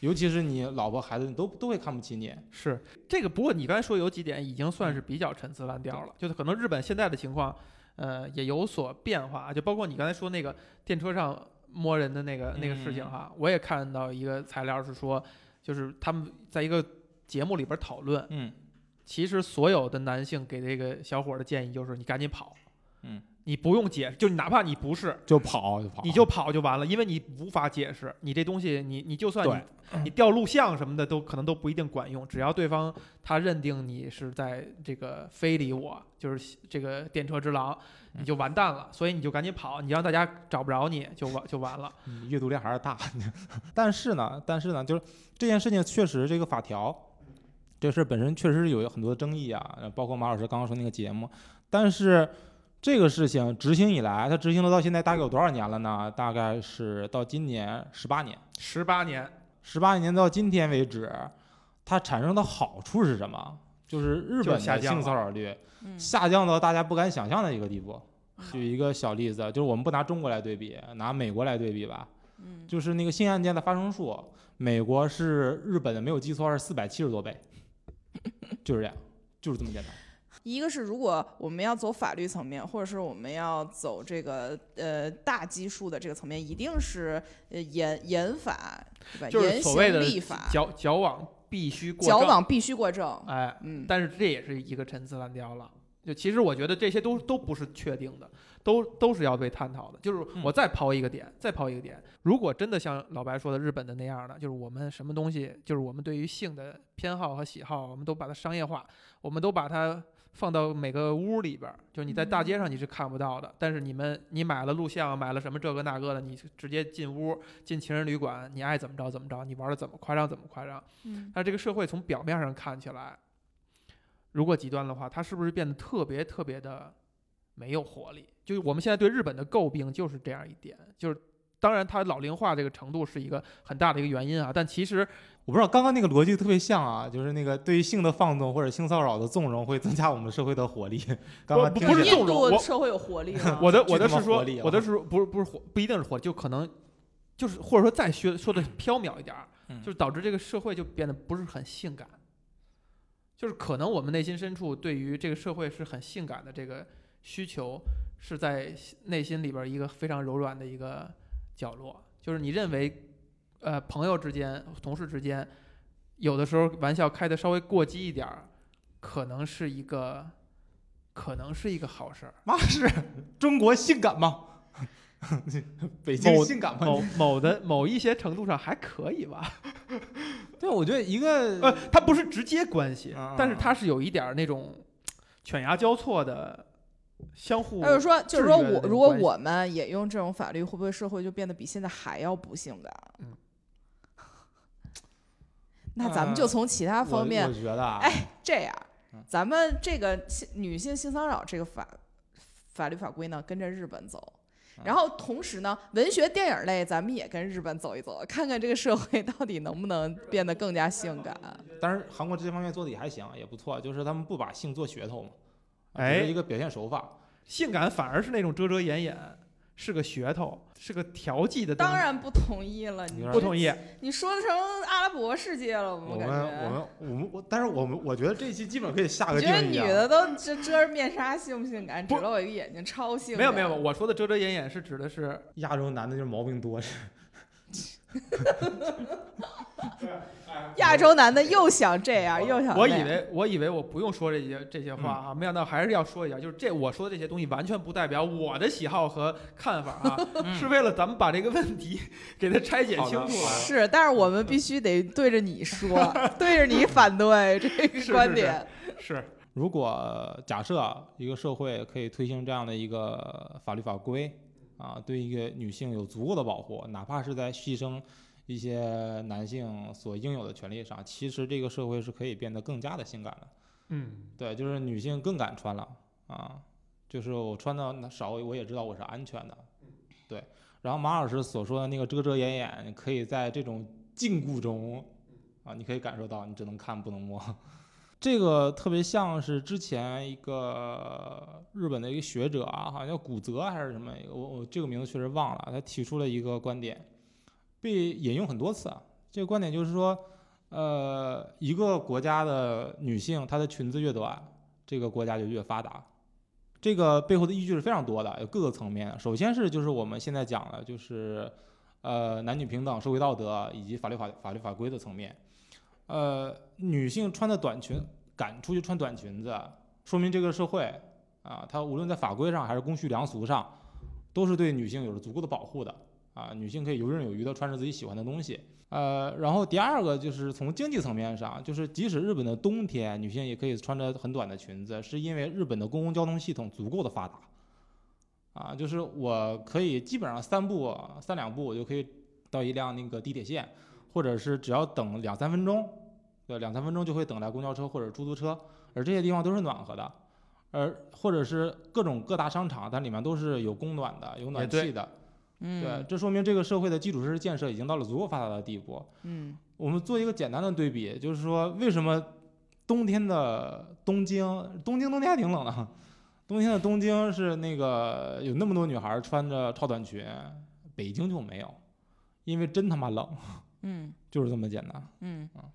Speaker 3: 尤其是你老婆孩子，你都都会看不起你。
Speaker 1: 是这个，不过你刚才说有几点已经算是比较陈词滥调了，就是可能日本现在的情况，呃，也有所变化，啊就包括你刚才说那个电车上摸人的那个那个事情哈，我也看到一个材料是说，就是他们在一个节目里边讨论，
Speaker 3: 嗯，
Speaker 1: 其实所有的男性给这个小伙的建议就是你赶紧跑，
Speaker 3: 嗯，
Speaker 1: 你不用解释，就你哪怕你不是，
Speaker 3: 就跑就跑，
Speaker 1: 你就跑就完了，因为你无法解释，你这东西你你就算
Speaker 3: 对
Speaker 1: 你
Speaker 2: 嗯
Speaker 1: 你调录像什么的都可能都不一定管用，只要对方他认定你是在这个非礼我，就是这个电车之狼，
Speaker 3: 嗯
Speaker 1: 你就完蛋了，所以你就赶紧跑，你让大家找不着你就完就完了。
Speaker 3: 你阅读量还是大。 (laughs) 但是呢，但是呢，就是这件事情确实这个法条，这事本身确实是有很多争议啊，呃包括马老师刚刚说那个节目，但是。这个事情执行以来，它执行了到现在大概有多少年了呢？大概是到今年十八年，
Speaker 1: 十八年，
Speaker 3: 十八年到今天为止，它产生的好处是什么？就是日
Speaker 1: 就
Speaker 3: 本
Speaker 1: 下
Speaker 3: 的
Speaker 1: 降
Speaker 3: 性
Speaker 1: 了
Speaker 3: 骚扰率
Speaker 2: 嗯
Speaker 3: 下降到大家不敢想象的一个地步。举一个小例子，就是我们不拿中国来对比，拿美国来对比吧，
Speaker 2: 嗯
Speaker 3: 就是那个性案件的发生数，美国是日本的没有记错是四百七十多倍，就是这样，就是这么简单。
Speaker 2: 一个是如果我们要走法律层面，或者是我们要走这个呃大基数的这个层面，一定是呃严严法，对吧？
Speaker 1: 就是
Speaker 2: 呃严
Speaker 1: 所谓
Speaker 2: 刑
Speaker 1: 的
Speaker 2: 立法，
Speaker 1: 矫矫枉必须过
Speaker 2: 矫
Speaker 1: 正，
Speaker 2: 枉必须过正。
Speaker 1: 哎，
Speaker 2: 嗯，
Speaker 1: 但是这也是一个陈词滥调了。就其实我觉得这些都都不是确定的，都都是要被探讨的。就是
Speaker 3: 嗯
Speaker 1: 我再抛一个点，再抛一个点，如果真的像老白说的日本的那样的，就是我们什么东西，就是我们对于性的偏好和喜好，我们都把它商业化，我们都把它放到每个屋里边儿，就是你在大街上你是看不到的，但是你们你买了录像，买了什么这个那个的，你直接进屋进情人旅馆，你爱怎么着怎么着，你玩的怎么夸张怎么夸张。
Speaker 2: 嗯
Speaker 1: 那这个社会从表面上看起来，如果极端的话，它是不是变得特别特别的没有活力？就是我们现在对日本的诟病就是这样一点，就是当然它老龄化这个程度是一个很大的一个原因啊，但其实
Speaker 3: 我不知道刚刚那个逻辑特别像啊，就是那个对于性的放纵或者性骚扰的纵容会增加我们社会的活力。刚刚
Speaker 1: 不
Speaker 3: 听
Speaker 1: 不
Speaker 3: 起
Speaker 1: 是
Speaker 3: 来
Speaker 1: 这种
Speaker 2: 印度
Speaker 1: 我
Speaker 2: 社会有活力吗？
Speaker 1: (laughs) 我的
Speaker 3: 巨
Speaker 1: 我的
Speaker 3: 他妈
Speaker 1: 是说
Speaker 3: 活力啊
Speaker 1: 我的是不是不是活不一定是活力，就可能就是或者说再说说的缥缈一点儿，
Speaker 3: 嗯
Speaker 1: 就是导致这个社会就变得不是很性感。就是可能我们内心深处对于这个社会是很性感的这个需求，是在内心里边儿一个非常柔软的一个角落。就是你认为，呃，朋友之间、同事之间，有的时候玩笑开的稍微过激一点儿，可能是一个，可能是一个好事儿。
Speaker 3: 妈是中国性感吗？ (laughs) 北京
Speaker 1: 某
Speaker 3: 性感
Speaker 1: (laughs)
Speaker 3: 吗？
Speaker 1: 某某的某一些程度上还可以吧，
Speaker 3: 对，我觉得一个
Speaker 1: 呃，它不是直接关系
Speaker 3: 啊，
Speaker 1: 但是它是有一点儿那种犬牙交错的相互
Speaker 2: (laughs) 他。就说，就是
Speaker 1: 制
Speaker 2: 说
Speaker 1: 约的
Speaker 2: 我
Speaker 1: 这种
Speaker 2: 如果
Speaker 1: 关系
Speaker 2: 我们也用这种法律，会不会社会就变得比现在还要不啊性感？
Speaker 1: 嗯
Speaker 2: 那咱们就
Speaker 3: 呃
Speaker 2: 从其他
Speaker 3: 我
Speaker 2: 方面
Speaker 3: 我觉得啊，
Speaker 2: 哎这样
Speaker 3: 嗯，
Speaker 2: 咱们这个性女性性骚扰这个法法律法规呢，跟着日本走。
Speaker 1: 嗯
Speaker 2: 然后同时呢，文学电影类咱们也跟日本走一走，看看这个社会到底能不能变得更加性感。
Speaker 1: 嗯
Speaker 3: 当然韩国这方面做的也还行，也不错，就是他们不把性做噱头嘛，啊
Speaker 1: 哎
Speaker 3: 只是一个表现手法。
Speaker 1: 性感反而是那种遮遮掩掩，是个噱头，是个调剂的东西。
Speaker 2: 当然不同意了，你
Speaker 3: 有点
Speaker 1: 不
Speaker 2: 这
Speaker 1: 同意，
Speaker 2: 你说成阿拉伯世界了，
Speaker 3: 我
Speaker 2: 感
Speaker 3: 们
Speaker 2: 觉。
Speaker 3: 我们我们我，但是我们我觉得这一期基本可以下
Speaker 2: 你
Speaker 3: 个
Speaker 2: 觉
Speaker 3: 定
Speaker 2: 得
Speaker 3: 义
Speaker 2: 女
Speaker 3: 啊。
Speaker 2: 的都遮遮着面纱性不性感？指
Speaker 1: 不
Speaker 2: 了我一个眼睛，超性感。
Speaker 1: 没有没有，我说的遮遮掩掩是指的是
Speaker 3: 亚洲男的就是毛病多，
Speaker 2: 亚洲男的又想这样，又想
Speaker 1: 我
Speaker 2: 那
Speaker 1: 以
Speaker 2: 样
Speaker 1: 为我以为我不用说这些这些话啊，没想到还是要说一下，就是这我说的这些东西完全不代表我的喜好和看法啊，
Speaker 2: (laughs)
Speaker 1: 是为了咱们把这个问题 (laughs) 给它拆解
Speaker 3: 好的
Speaker 1: 清楚啊。
Speaker 3: 好
Speaker 2: 是，但是我们必须得对着
Speaker 1: (laughs)
Speaker 2: 你说，对着你反对这
Speaker 1: 是
Speaker 2: 个
Speaker 1: 是
Speaker 2: 观
Speaker 1: 是
Speaker 2: 点。
Speaker 1: 是，
Speaker 3: 如果假设啊一个社会可以推行这样的一个法律法规，啊，对一个女性有足够的保护，哪怕是在牺牲一些男性所应有的权利上，其实这个社会是可以变得更加的性感的。
Speaker 1: 嗯，
Speaker 3: 对，就是女性更敢穿了啊，就是我穿的那少，我也知道我是安全的。对，然后马老师所说的那个遮遮掩掩，你可以在这种禁锢中啊，你可以感受到，你只能看不能摸。 (laughs) 这个特别像是之前一个日本的一个学者啊，好像叫古泽还是什么，我我这个名字确实忘了。他提出了一个观点，被引用很多次啊。这个观点就是说，呃，一个国家的女性，她的裙子越短，这个国家就越发达。这个背后的依据是非常多的，有各个层面。首先是就是我们现在讲的，就是呃男女平等、社会道德以及法律法法律法规的层面。呃，女性穿的短裙，敢出去穿短裙子，说明这个社会啊，它无论在法规上还是公序良俗上，都是对女性有着足够的保护的啊。女性可以游刃有余的穿着自己喜欢的东西。呃，然后第二个就是从经济层面上，就是即使日本的冬天，女性也可以穿着很短的裙子，是因为日本的公共交通系统足够的发达，啊，就是我可以基本上三步三两步我就可以到一辆那个地铁线，或者是只要等两三分钟，对，两三分钟就会等来公交车或者出租车，而这些地方都是暖和的，而或者是各种各大商场，它里面都是有供暖的，有暖
Speaker 1: 也对
Speaker 3: 气的，对
Speaker 2: 嗯，
Speaker 3: 这说明这个社会的基础设施建设已经到了足够发达的地步。
Speaker 2: 嗯，
Speaker 3: 我们做一个简单的对比，就是说为什么冬天的东京，东京冬天还挺冷的，冬天的东京是那个有那么多女孩穿着超短裙，北京就没有，因为真他妈冷，
Speaker 2: 嗯。
Speaker 3: 就是这么简单。
Speaker 2: 嗯
Speaker 3: 啊，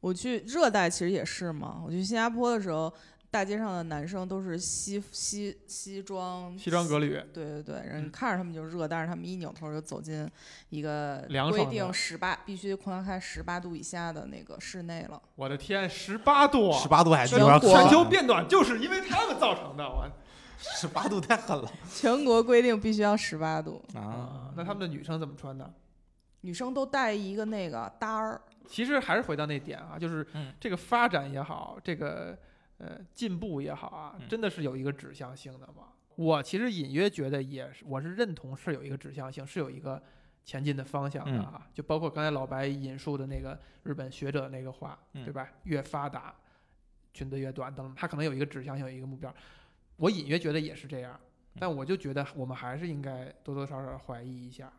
Speaker 2: 我去热带其实也是嘛。我去新加坡的时候，大街上的男生都是西西西装，
Speaker 1: 嗯西装革履，
Speaker 2: 对对对，人
Speaker 1: 嗯
Speaker 2: 看着他们就热，但是他们一扭头就走进一个
Speaker 1: 凉
Speaker 2: 规
Speaker 1: 爽的
Speaker 2: 定十八必须空调开十八度以下的那个室内
Speaker 1: (laughs)
Speaker 2: 了。
Speaker 1: 我的天，十八度，啊
Speaker 3: 八度啊还
Speaker 2: 全国
Speaker 1: 全球变暖就是因为他们造成的，我
Speaker 3: (laughs) 十八度太狠了
Speaker 2: 全国规定必须要十八度，
Speaker 3: 啊！
Speaker 1: 啊，那他们的女生怎么穿呢？
Speaker 2: 女生都带一个那个搭儿。
Speaker 1: 其实还是回到那点啊，就是
Speaker 3: 嗯
Speaker 1: 这个发展也好，这个呃进步也好啊，
Speaker 3: 嗯
Speaker 1: 真的是有一个指向性的嘛。我其实隐约觉得也是，我是认同是有一个指向性，是有一个前进的方向的啊。
Speaker 3: 嗯
Speaker 1: 就包括刚才老白引述的那个日本学者那个话，
Speaker 3: 嗯
Speaker 1: 对吧？越发达，裙子越短等等，他可能有一个指向性，有一个目标。我隐约觉得也是这样，
Speaker 3: 嗯
Speaker 1: 但我就觉得我们还是应该多多少少怀疑一下。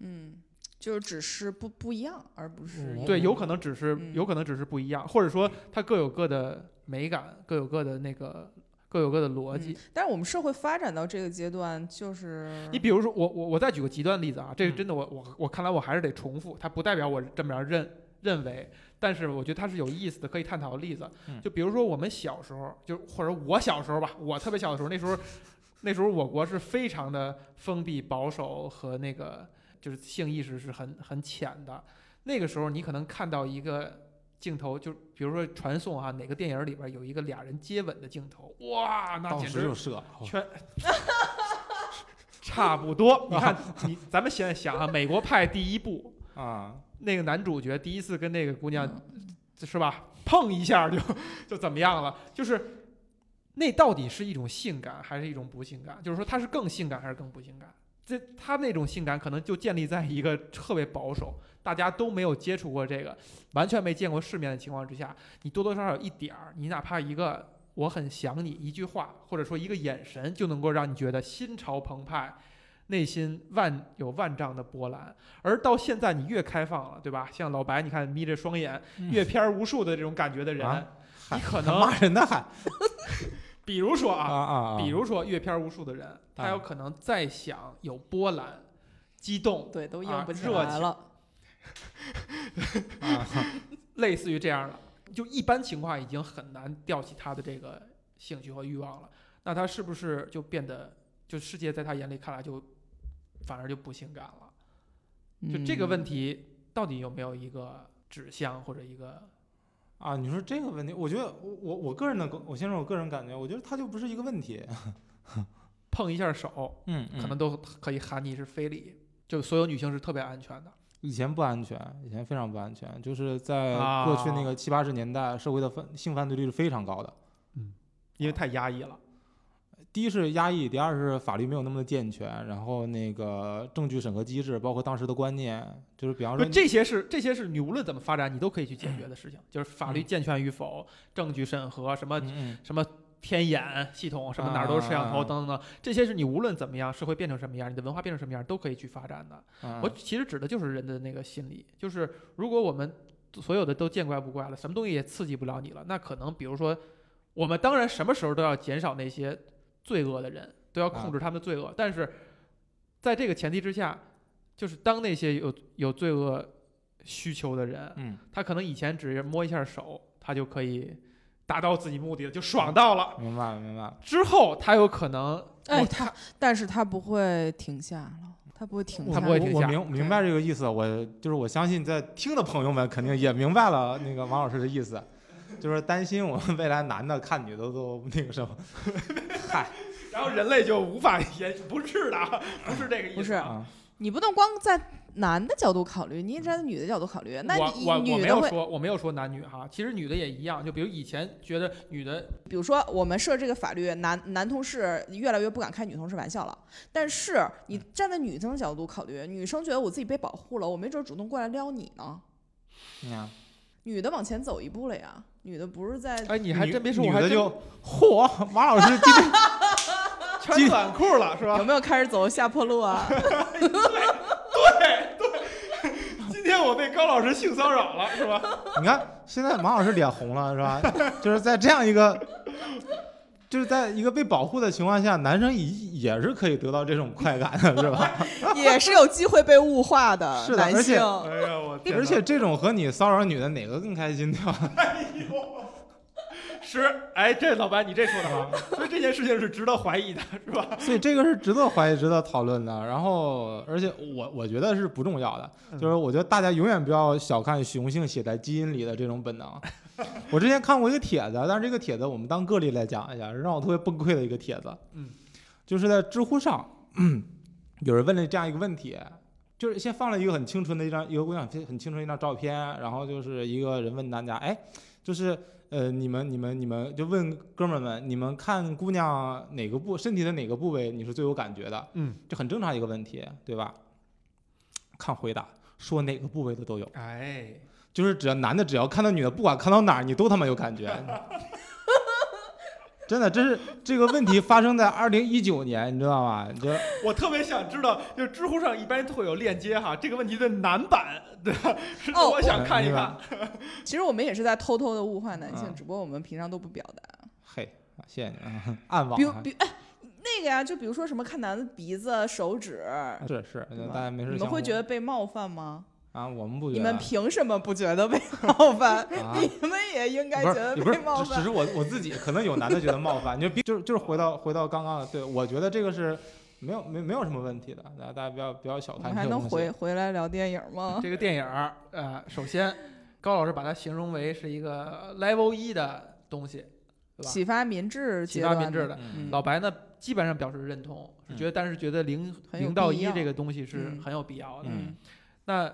Speaker 2: 嗯，就是只是不不一样，而不是
Speaker 3: 嗯
Speaker 2: 一
Speaker 1: 对，
Speaker 2: 样
Speaker 1: 有可能只是
Speaker 2: 嗯
Speaker 1: 有可能只是不一样，或者说它各有各的美感，各有各的那个各有各的逻辑。
Speaker 2: 但是我们社会发展到这个阶段，就是
Speaker 1: 你比如说，我我我再举个极端例子啊，这个
Speaker 3: 嗯
Speaker 1: 真的我我我看来我还是得重复，它不代表我这么样认认为，但是我觉得它是有意思的，可以探讨的例子
Speaker 3: 嗯。
Speaker 1: 就比如说我们小时候，就或者我小时候吧，我特别小的时候，那时候那时候我国是非常的封闭、保守和那个就是性意识是很很浅的。那个时候你可能看到一个镜头，就比如说传送啊，哪个电影里边有一个俩人接吻的镜头，哇，那
Speaker 3: 当
Speaker 1: 简
Speaker 3: 时
Speaker 1: 直
Speaker 3: 就射，
Speaker 1: 全差不多。你看，你咱们现在想啊，《美国派》第一部
Speaker 3: 啊，
Speaker 1: 那个男主角第一次跟那个姑娘
Speaker 2: 嗯
Speaker 1: 是吧，碰一下就就怎么样了，就是。那到底是一种性感还是一种不性感？就是说，它是更性感还是更不性感？这他那种性感可能就建立在一个特别保守，大家都没有接触过这个，完全没见过世面的情况之下，你多多少少有一点儿，你哪怕一个我很想你一句话，或者说一个眼神，就能够让你觉得心潮澎湃，内心万有万丈的波澜。而到现在，你越开放了，对吧？像老白，你看眯着双眼，
Speaker 3: 嗯
Speaker 1: 阅片无数的这种感觉的人，
Speaker 3: 啊
Speaker 1: 你可
Speaker 3: 还
Speaker 1: 能
Speaker 3: 骂人的还
Speaker 1: 比如说
Speaker 3: 啊
Speaker 1: 啊，
Speaker 3: 啊，
Speaker 1: 比如说阅片无数的人，他有可能再想有波澜、激动，
Speaker 2: 对，都
Speaker 1: 啊
Speaker 2: 硬不起
Speaker 1: 热
Speaker 2: 来
Speaker 1: 情
Speaker 2: 了。
Speaker 3: 啊，
Speaker 1: 类似于这样的，就一般情况已经很难吊起他的这个兴趣和欲望了。那他是不是就变得，就世界在他眼里看来就反而就不性感了？就这个问
Speaker 2: 题，
Speaker 1: 题到底有没有一个指向或者一个？
Speaker 3: 啊，你说这个问题，我觉得我我我个人的，我先说我个人感觉，我觉得它就不是一个问题。
Speaker 1: 碰一下手，
Speaker 3: 嗯，
Speaker 1: 可能都可以喊你是非礼，就所有女性是特别安全的。
Speaker 3: 以前不安全，以前非常不安全，就是在
Speaker 1: 啊
Speaker 3: 过去那个七八十年代，社会的犯性犯罪率是非常高的。
Speaker 1: 因为太压抑了，
Speaker 3: 第一是压抑，第二是法律没有那么的健全，然后那个证据审核机制，包括当时的观念，就是比方
Speaker 1: 不
Speaker 3: 说，
Speaker 1: 这些是这些是你无论怎么发展，你都可以去解决的事情，就是法律健全与否、证据审核、什么
Speaker 3: 嗯
Speaker 1: 什么天眼系统，什么哪儿都是摄像头
Speaker 3: 啊
Speaker 1: 等等等，这些是你无论怎么样，社会变成什么样，你的文化变成什么样，都可以去发展的。
Speaker 3: 嗯，
Speaker 1: 我其实指的就是人的那个心理，就是如果我们所有的都见怪不怪了，什么东西也刺激不了你了，那可能比如说，我们当然什么时候都要减少那些罪恶的人，都要控制他们的罪恶，但是在这个前提之下，就是当那些有有罪恶需求的人，
Speaker 3: 嗯，
Speaker 1: 他可能以前只是摸一下手，他就可以达到自己目的了，就爽到了。
Speaker 3: 明白了明白了。
Speaker 1: 之后他有可能，
Speaker 2: 哎，
Speaker 1: 我
Speaker 2: 他，但是他不会停下了，他不会停下，
Speaker 1: 他不会停
Speaker 3: 我
Speaker 1: 下
Speaker 3: 明明白这个意思，我就是我相信在听的朋友们肯定也明白了那个王老师的意思，就是担心我们未来男的看女的都那个什么，嗨
Speaker 1: 然后人类就无法 (laughs) 延，不是的啊，不是这个意思啊，
Speaker 2: 不是
Speaker 3: 啊，
Speaker 2: 你不能光在男的角度考虑，你也站在女的角度考虑，那
Speaker 1: 我
Speaker 2: 你
Speaker 1: 我我
Speaker 2: 女
Speaker 1: 没
Speaker 2: 的
Speaker 1: 有
Speaker 2: 会，
Speaker 1: 说我没有说男女哈，其实女的也一样，就比如以前觉得女的
Speaker 2: 比如说我们设这个法律，男男同事越来越不敢开女同事玩笑了，但是你站在女生的角度考虑，女生觉得我自己被保护了，我没准主动过来撩你呢，
Speaker 3: 你看，
Speaker 2: 女的往前走一步了呀，女的不是在
Speaker 1: 哎，你还
Speaker 3: 女
Speaker 1: 真别说，
Speaker 3: 女
Speaker 1: 我还
Speaker 3: 的
Speaker 1: 真
Speaker 3: 就嚯，王老师今天
Speaker 1: 穿短裤了是吧
Speaker 2: 有？没有开始走下坡路啊？ (laughs)
Speaker 1: 今天我被高老师性骚扰了是 (laughs) 吧？
Speaker 3: 你看现在王老师脸红了是吧？就是在这样一个。就是在一个被保护的情况下，男生也也是可以得到这种快感的，是吧？
Speaker 2: 也是有机会被物化的
Speaker 3: (laughs) 是的
Speaker 2: 男
Speaker 3: 而且
Speaker 2: 性，
Speaker 1: 哎呀我 (laughs) 天哪，
Speaker 3: 而且这种和你骚扰女的哪个更开心，对吧？
Speaker 1: (laughs) 是哎，这老白你这说的好，所以这件事情是值得怀疑的是吧？
Speaker 3: 所以这个是值得怀疑、值得讨论的。然后，而且我我觉得是不重要的，
Speaker 1: 嗯
Speaker 3: 就是我觉得大家永远不要小看雄性写在基因里的这种
Speaker 1: (laughs)
Speaker 3: 本能。我之前看过一个帖子，但是这个帖子我们当个例来讲一下，让我特别崩溃的一个帖子。
Speaker 1: 嗯，
Speaker 3: 就是在知乎上， (clears throat) 有人问了这样一个问题，就是先放了一个很青春的一张，一个姑娘很青春的一张照片，然后就是一个人问大家，哎，就是呃，你们你们你们就问哥们儿们，你们看姑娘哪个部身体的哪个部位你是最有感觉的？
Speaker 1: 嗯，
Speaker 3: 这很正常一个问题，对吧？看回答，说哪个部位的都有，
Speaker 1: (laughs) 哎，
Speaker 3: 就是只要男的只要看到女的，不管看到哪儿，你都他妈有感觉。真的，这是这个问题发生在二零一九年，你知道吗？就
Speaker 1: (laughs) 我特别想知道，就是知乎上一般都会有链接哈，这个问题的男版对吧？是
Speaker 2: 哦
Speaker 1: 我想看一
Speaker 3: 明白
Speaker 1: 看。
Speaker 2: 其实我们也是在偷偷的物化男性，
Speaker 3: 嗯
Speaker 2: 只不过我们平常都不表达。
Speaker 3: 嘿，谢谢你啊， (laughs) 暗网
Speaker 2: 比如
Speaker 3: 啊，
Speaker 2: 比哎，那个呀，就比如说什么看男的鼻子、手指，
Speaker 3: 是是，
Speaker 2: 对吧
Speaker 3: 大家没事
Speaker 2: 你
Speaker 3: 相
Speaker 2: 们
Speaker 3: 互。
Speaker 2: 会觉得被冒犯吗？
Speaker 3: 啊？我们不觉
Speaker 2: 你
Speaker 3: 得。
Speaker 2: 们凭什么不觉得被冒
Speaker 3: (laughs)
Speaker 2: 犯？
Speaker 3: 啊
Speaker 2: 你们也应该觉
Speaker 3: 不是
Speaker 2: 得
Speaker 3: 也不
Speaker 2: 被
Speaker 3: 是
Speaker 2: 冒，
Speaker 3: 只只
Speaker 2: 犯
Speaker 3: 是。我我自己，可能有男的觉得冒犯，你就比就是就是回到回到刚刚的，对我觉得这个是没有没没有什么问题的，大家大家不要不要小
Speaker 2: 我
Speaker 3: 看
Speaker 2: 们
Speaker 3: 这
Speaker 2: 还
Speaker 3: 个
Speaker 2: 能
Speaker 3: 东西
Speaker 2: 回回来聊电影吗？
Speaker 3: (laughs)
Speaker 1: 这个电影儿，呃，首先高老师把它形容为是一个呃 level 一的东西，对吧？
Speaker 2: 启发民智
Speaker 1: 启
Speaker 2: 阶
Speaker 1: 发
Speaker 2: 段，
Speaker 1: 民智的。
Speaker 3: 嗯
Speaker 1: 老白呢，基本上表示认同，是
Speaker 3: 嗯
Speaker 1: 觉得但是觉得零
Speaker 2: 很有
Speaker 1: 零到
Speaker 2: 必
Speaker 1: 一
Speaker 2: 要
Speaker 1: 这个东西是
Speaker 2: 嗯
Speaker 1: 很有必要的。
Speaker 2: 嗯，
Speaker 1: 那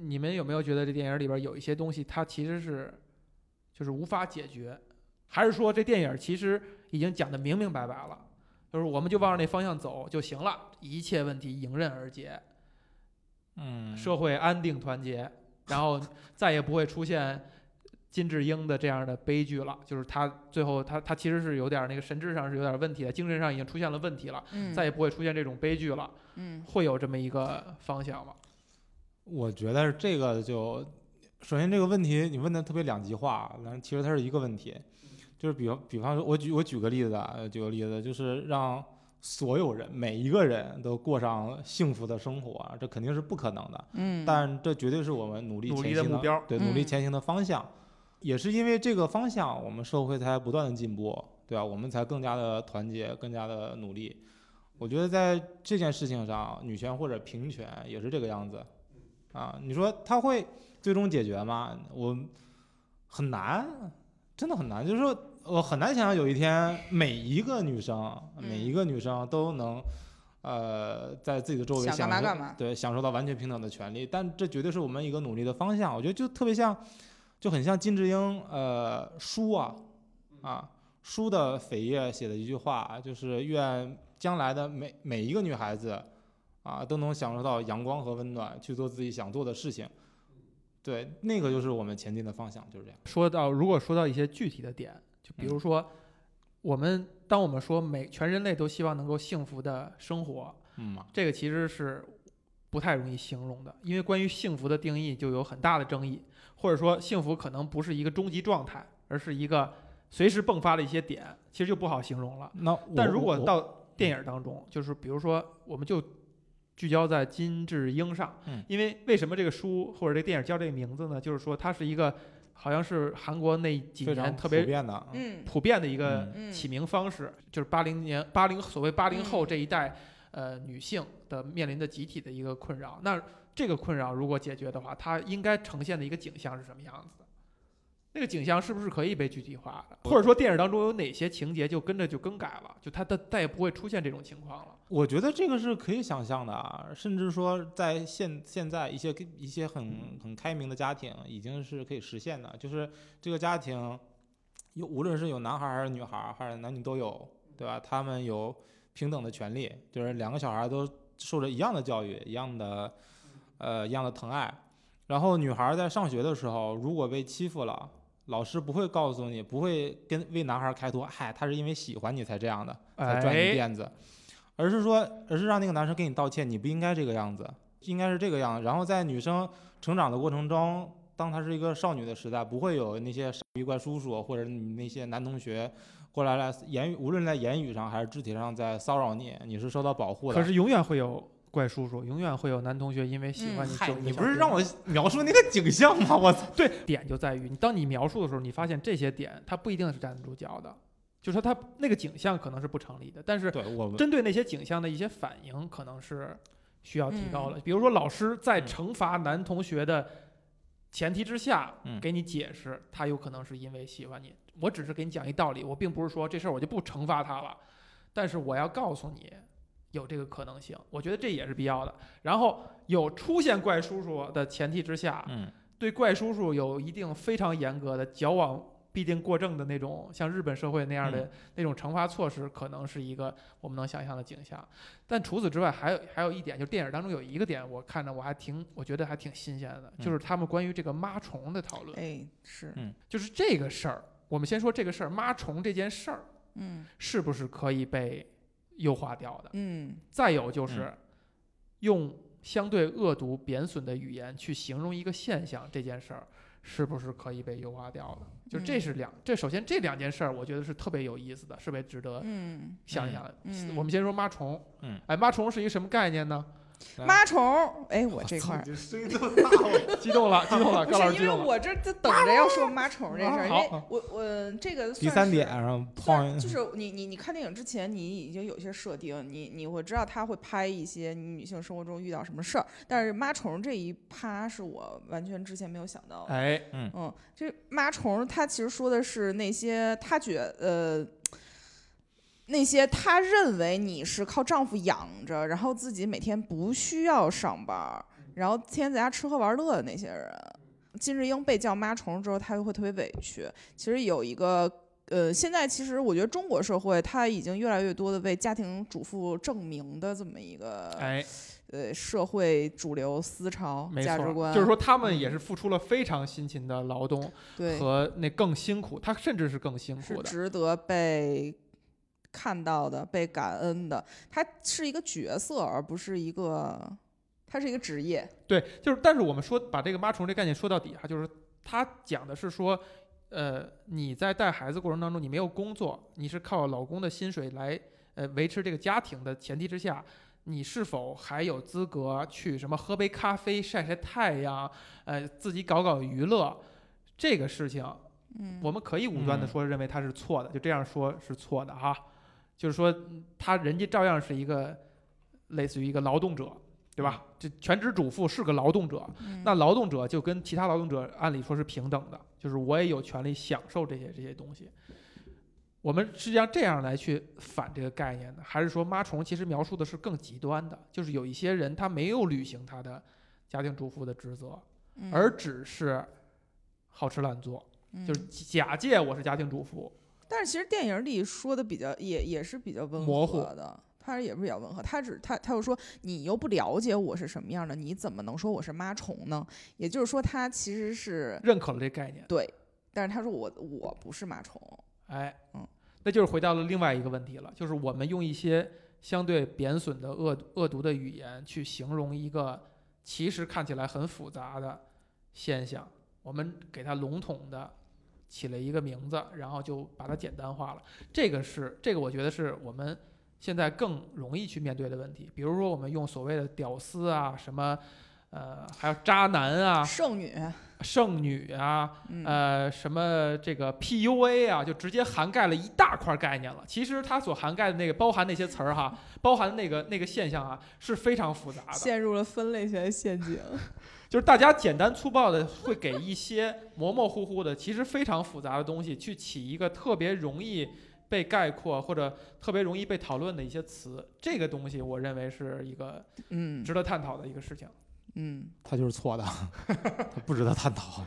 Speaker 1: 你们有没有觉得这电影里边有一些东西，它其实是就是无法解决，还是说这电影其实已经讲的明明白白了，就是我们就往那方向走就行了，一切问题迎刃而解，
Speaker 3: 嗯，
Speaker 1: 社会安定团结，然后再也不会出现金智英的这样的悲剧了。就是他最后他他其实是有点那个神智上是有点问题的，精神上已经出现了问题了，
Speaker 2: 嗯，
Speaker 1: 再也不会出现这种悲剧了。
Speaker 2: 嗯，
Speaker 1: 会有这么一个方向吗？
Speaker 3: 我觉得这个就首先这个问题你问的特别两极化，但是其实它是一个问题，就是比方比方说，我举我举个例子啊，呃举个例子，就是让所有人每一个人都过上幸福的生活，啊这肯定是不可能的。
Speaker 2: 嗯，
Speaker 3: 但这绝对是我们努力
Speaker 1: 努力
Speaker 3: 前
Speaker 1: 的
Speaker 3: 行
Speaker 1: 目标，
Speaker 3: 对，努力
Speaker 2: 嗯
Speaker 3: 前行的方向。也是因为这个方向，我们社会才不断的进步，对吧、我们才更加的团结，更加的努力。我觉得在这件事情上，女权或者平权也是这个样子。啊，你说它会最终解决吗？我很难，真的很难。就是说我很难想象有一天，每一个女生，
Speaker 1: 嗯
Speaker 3: 每一个女生都能，呃，在自己的周围
Speaker 2: 想干
Speaker 3: 享
Speaker 2: 嘛
Speaker 3: 受
Speaker 2: 干嘛
Speaker 3: 对，享受到完全平等的权利。但这绝对是我们一个努力的方向。我觉得就特别像，就很像金智英呃书啊
Speaker 1: 嗯
Speaker 3: 啊书的扉页写的一句话，就是愿将来的每每一个女孩子啊都能享受到阳光和温暖，去做自己想做的事情。对，那个就是我们前进的方向，就是这样。
Speaker 1: 说到如果说到一些具体的点，就比如说，我们当我们说每全人类都希望能够幸福的生活，
Speaker 3: 嗯嘛，
Speaker 1: 这个其实是不太容易形容的，因为关于幸福的定义就有很大的争议，或者说幸福可能不是一个终极状态，而是一个随时迸发的一些点，其实就不好形容了。
Speaker 3: 那
Speaker 1: 但
Speaker 3: 我
Speaker 1: 如果
Speaker 3: 我
Speaker 1: 到电影当中，就是比如说，我们就聚焦在金智英上，
Speaker 3: 嗯
Speaker 1: 因为为什么这个书或者这个电影叫这个名字呢？就是说它是一个好像是韩国那几
Speaker 3: 非常
Speaker 1: 年特
Speaker 3: 普
Speaker 1: 别
Speaker 3: 遍的，
Speaker 2: 嗯
Speaker 1: 普遍的一个
Speaker 2: 嗯
Speaker 1: 起名方式，就是八零年八零所谓八零
Speaker 2: 嗯
Speaker 1: 后这一代呃女性的面临的集体的一个困扰。那这个困扰如果解决的话，它应该呈现的一个景象是什么样子的？那个景象是不是可以被具体化的？或者说电影当中有哪些情节就跟着就更改了，就它它再也不会出现这种情况了？
Speaker 3: 我觉得这个是可以想象的啊，甚至说在现现在一些一些很很开明的家庭已经是可以实现的，就是这个家庭有无论是有男孩儿还是女孩儿，还是男女都有，对吧？他们有平等的权利，就是两个小孩儿都受着一样的教育，一样的呃一样的疼爱。然后女孩儿在上学的时候，如果被欺负了，老师不会告诉你，不会跟为男孩儿开脱，嗨，他是因为喜欢你才这样的，才转你
Speaker 1: 哎
Speaker 3: 辫子。而是说，而是让那个男生给你道歉，你不应该这个样子，应该是这个样子。然后在女生成长的过程中，当她是一个少女的时代，不会有那些傻逼怪叔叔或者你那些男同学过来来言语，无论在言语上还是肢体上在骚扰你，你是受到保护的。
Speaker 1: 可是永远会有怪叔叔，永远会有男同学因为喜欢
Speaker 2: 嗯
Speaker 1: 你、
Speaker 3: 嗨，
Speaker 1: 整
Speaker 3: 你
Speaker 1: 小
Speaker 3: 不是
Speaker 1: 辫
Speaker 3: 让
Speaker 1: 子
Speaker 3: 我描述那个景象吗？我操！
Speaker 1: 对，点就在于你当你描述的时候，你发现这些点它不一定是站得住脚的，就说它那个景象可能是不成立的，但是
Speaker 3: 对我们
Speaker 1: 针对那些景象的一些反应可能是需要提高的。比如说老师在
Speaker 3: 嗯
Speaker 1: 惩罚男同学的前提之下，
Speaker 3: 嗯
Speaker 1: 给你解释他有可能是因为喜欢你，我只是给你讲一道理，我并不是说这事儿我就不惩罚他了，但是我要告诉你。有这个可能性，我觉得这也是必要的。然后有出现怪叔叔的前提之下，
Speaker 3: 嗯
Speaker 1: 对怪叔叔有一定非常严格的矫枉必定过正的那种，像日本社会那样的、那种惩罚措施，可能是一个我们能想象的景象。但除此之外，还有还有一点，就是电影当中有一个点，我看着我还挺，我觉得还挺新鲜的，
Speaker 3: 嗯
Speaker 1: 就是他们关于这个妈虫的讨论，
Speaker 2: 哎是
Speaker 1: 就是这个事儿。我们先说这个事儿，妈虫这件事儿
Speaker 2: 嗯
Speaker 1: 是不是可以被优化掉的？
Speaker 2: 嗯
Speaker 1: 再有就是，用相对恶毒、贬损的语言去形容一个现象，这件事儿是不是可以被优化掉的？就这
Speaker 2: 嗯
Speaker 1: 是两，这首先这两件事儿，我觉得是特别有意思的，是被值得
Speaker 2: 嗯，
Speaker 1: 想一想的。
Speaker 2: 嗯
Speaker 1: 我们先说妈虫，
Speaker 3: 嗯，
Speaker 1: 哎，妈虫是一个什么概念呢？
Speaker 2: 妈虫儿，哎我这块儿。
Speaker 3: 你声音这么大，我
Speaker 1: 激动了，激动了，
Speaker 2: (laughs) 不
Speaker 1: 高老师
Speaker 2: 是因
Speaker 1: 激
Speaker 2: 为
Speaker 1: 动了。
Speaker 2: 我这这等着要说妈虫这事儿，因
Speaker 1: 好
Speaker 2: 为我我这个
Speaker 3: 第
Speaker 2: 算
Speaker 3: 三
Speaker 2: 是
Speaker 3: 点上
Speaker 2: 算
Speaker 3: 碰
Speaker 2: 就，是你你你看电影之前，你已经有一些设定，你你我知道他会拍一些你女性生活中遇到什么事儿，但是妈虫这一趴是我完全之前没有想到的。
Speaker 1: 哎，
Speaker 2: 嗯，这妈虫它其实说的是那些她觉呃。那些她认为你是靠丈夫养着，然后自己每天不需要上班儿，然后天天在家吃喝玩乐的那些人，金智英被叫妈虫之后，她就会特别委屈。其实有一个呃，现在其实我觉得中国社会，它已经越来越多的为家庭主妇证明的这么一个、
Speaker 1: 哎，
Speaker 2: 呃社会主流思潮
Speaker 1: 没
Speaker 2: 价值
Speaker 1: 错，
Speaker 2: 观，嗯
Speaker 1: 就是说他们也是付出了非常辛勤的劳动
Speaker 2: 对
Speaker 1: 和那更辛苦，他甚至是更辛
Speaker 2: 是
Speaker 1: 苦的。
Speaker 2: 值得被看到的、被感恩的。它是一个角色，而不是一个，它是一个职业。
Speaker 1: 对，就是，但是我们说把这个妈虫这概念说到底哈，就是他讲的是说呃，你在带孩子过程当中，你没有工作，你是靠老公的薪水来呃维持这个家庭的前提之下，你是否还有资格去什么喝杯咖啡、晒晒太阳，呃，自己搞搞娱乐？这个事情，
Speaker 2: 嗯，
Speaker 1: 我们可以武断的
Speaker 3: 嗯
Speaker 1: 说认为他是错的，就这样说是错的哈、就是说嗯他人家照样是一个类似于一个劳动者，对吧？这全职主妇是个劳动者，
Speaker 2: 嗯
Speaker 1: 那劳动者就跟其他劳动者按理说是平等的，就是我也有权利享受这些这些东西。我们是要这样来去反这个概念的，还是说妈虫其实描述的是更极端的，就是有一些人他没有履行他的家庭主妇的职责，
Speaker 2: 嗯
Speaker 1: 而只是好吃懒做，就是
Speaker 2: 嗯
Speaker 1: 假借我是家庭主妇。
Speaker 2: 但是其实电影里说的比较也也是比较温
Speaker 1: 模糊
Speaker 2: 和的，他也是比较温和。他只他他又说你又不了解我是什么样的，你怎么能说我是妈虫呢？也就是说，他其实是
Speaker 1: 认可了这概念，
Speaker 2: 对，但是他说我我不是妈虫，
Speaker 1: 哎，
Speaker 2: 嗯，
Speaker 1: 那就是回到了另外一个问题了，就是我们用一些相对贬损的恶恶毒的语言去形容一个其实看起来很复杂的现象，我们给它笼统的起了一个名字，然后就把它简单化了。这个是这个，我觉得是我们现在更容易去面对的问题。比如说，我们用所谓的“屌丝”啊，什么。呃，还有渣男啊、
Speaker 2: 剩女，
Speaker 1: 剩女啊，
Speaker 2: 嗯，
Speaker 1: 呃，什么这个 PUA 啊，就直接涵盖了一大块概念了。其实它所涵盖的那个包含那些词儿哈，
Speaker 2: 嗯
Speaker 1: 包含那个那个现象啊，是非常复杂的。
Speaker 2: 陷入了分类学陷
Speaker 1: (laughs)
Speaker 2: 阱。
Speaker 1: 就是大家简单粗暴的会给一些模模糊糊的，其实非常复杂的东西去起一个特别容易被概括或者特别容易被讨论的一些词。这个东西，我认为是一个
Speaker 2: 嗯
Speaker 1: 值得探讨的一个事情。
Speaker 2: 嗯，
Speaker 3: 他就是错的，他不值得探讨。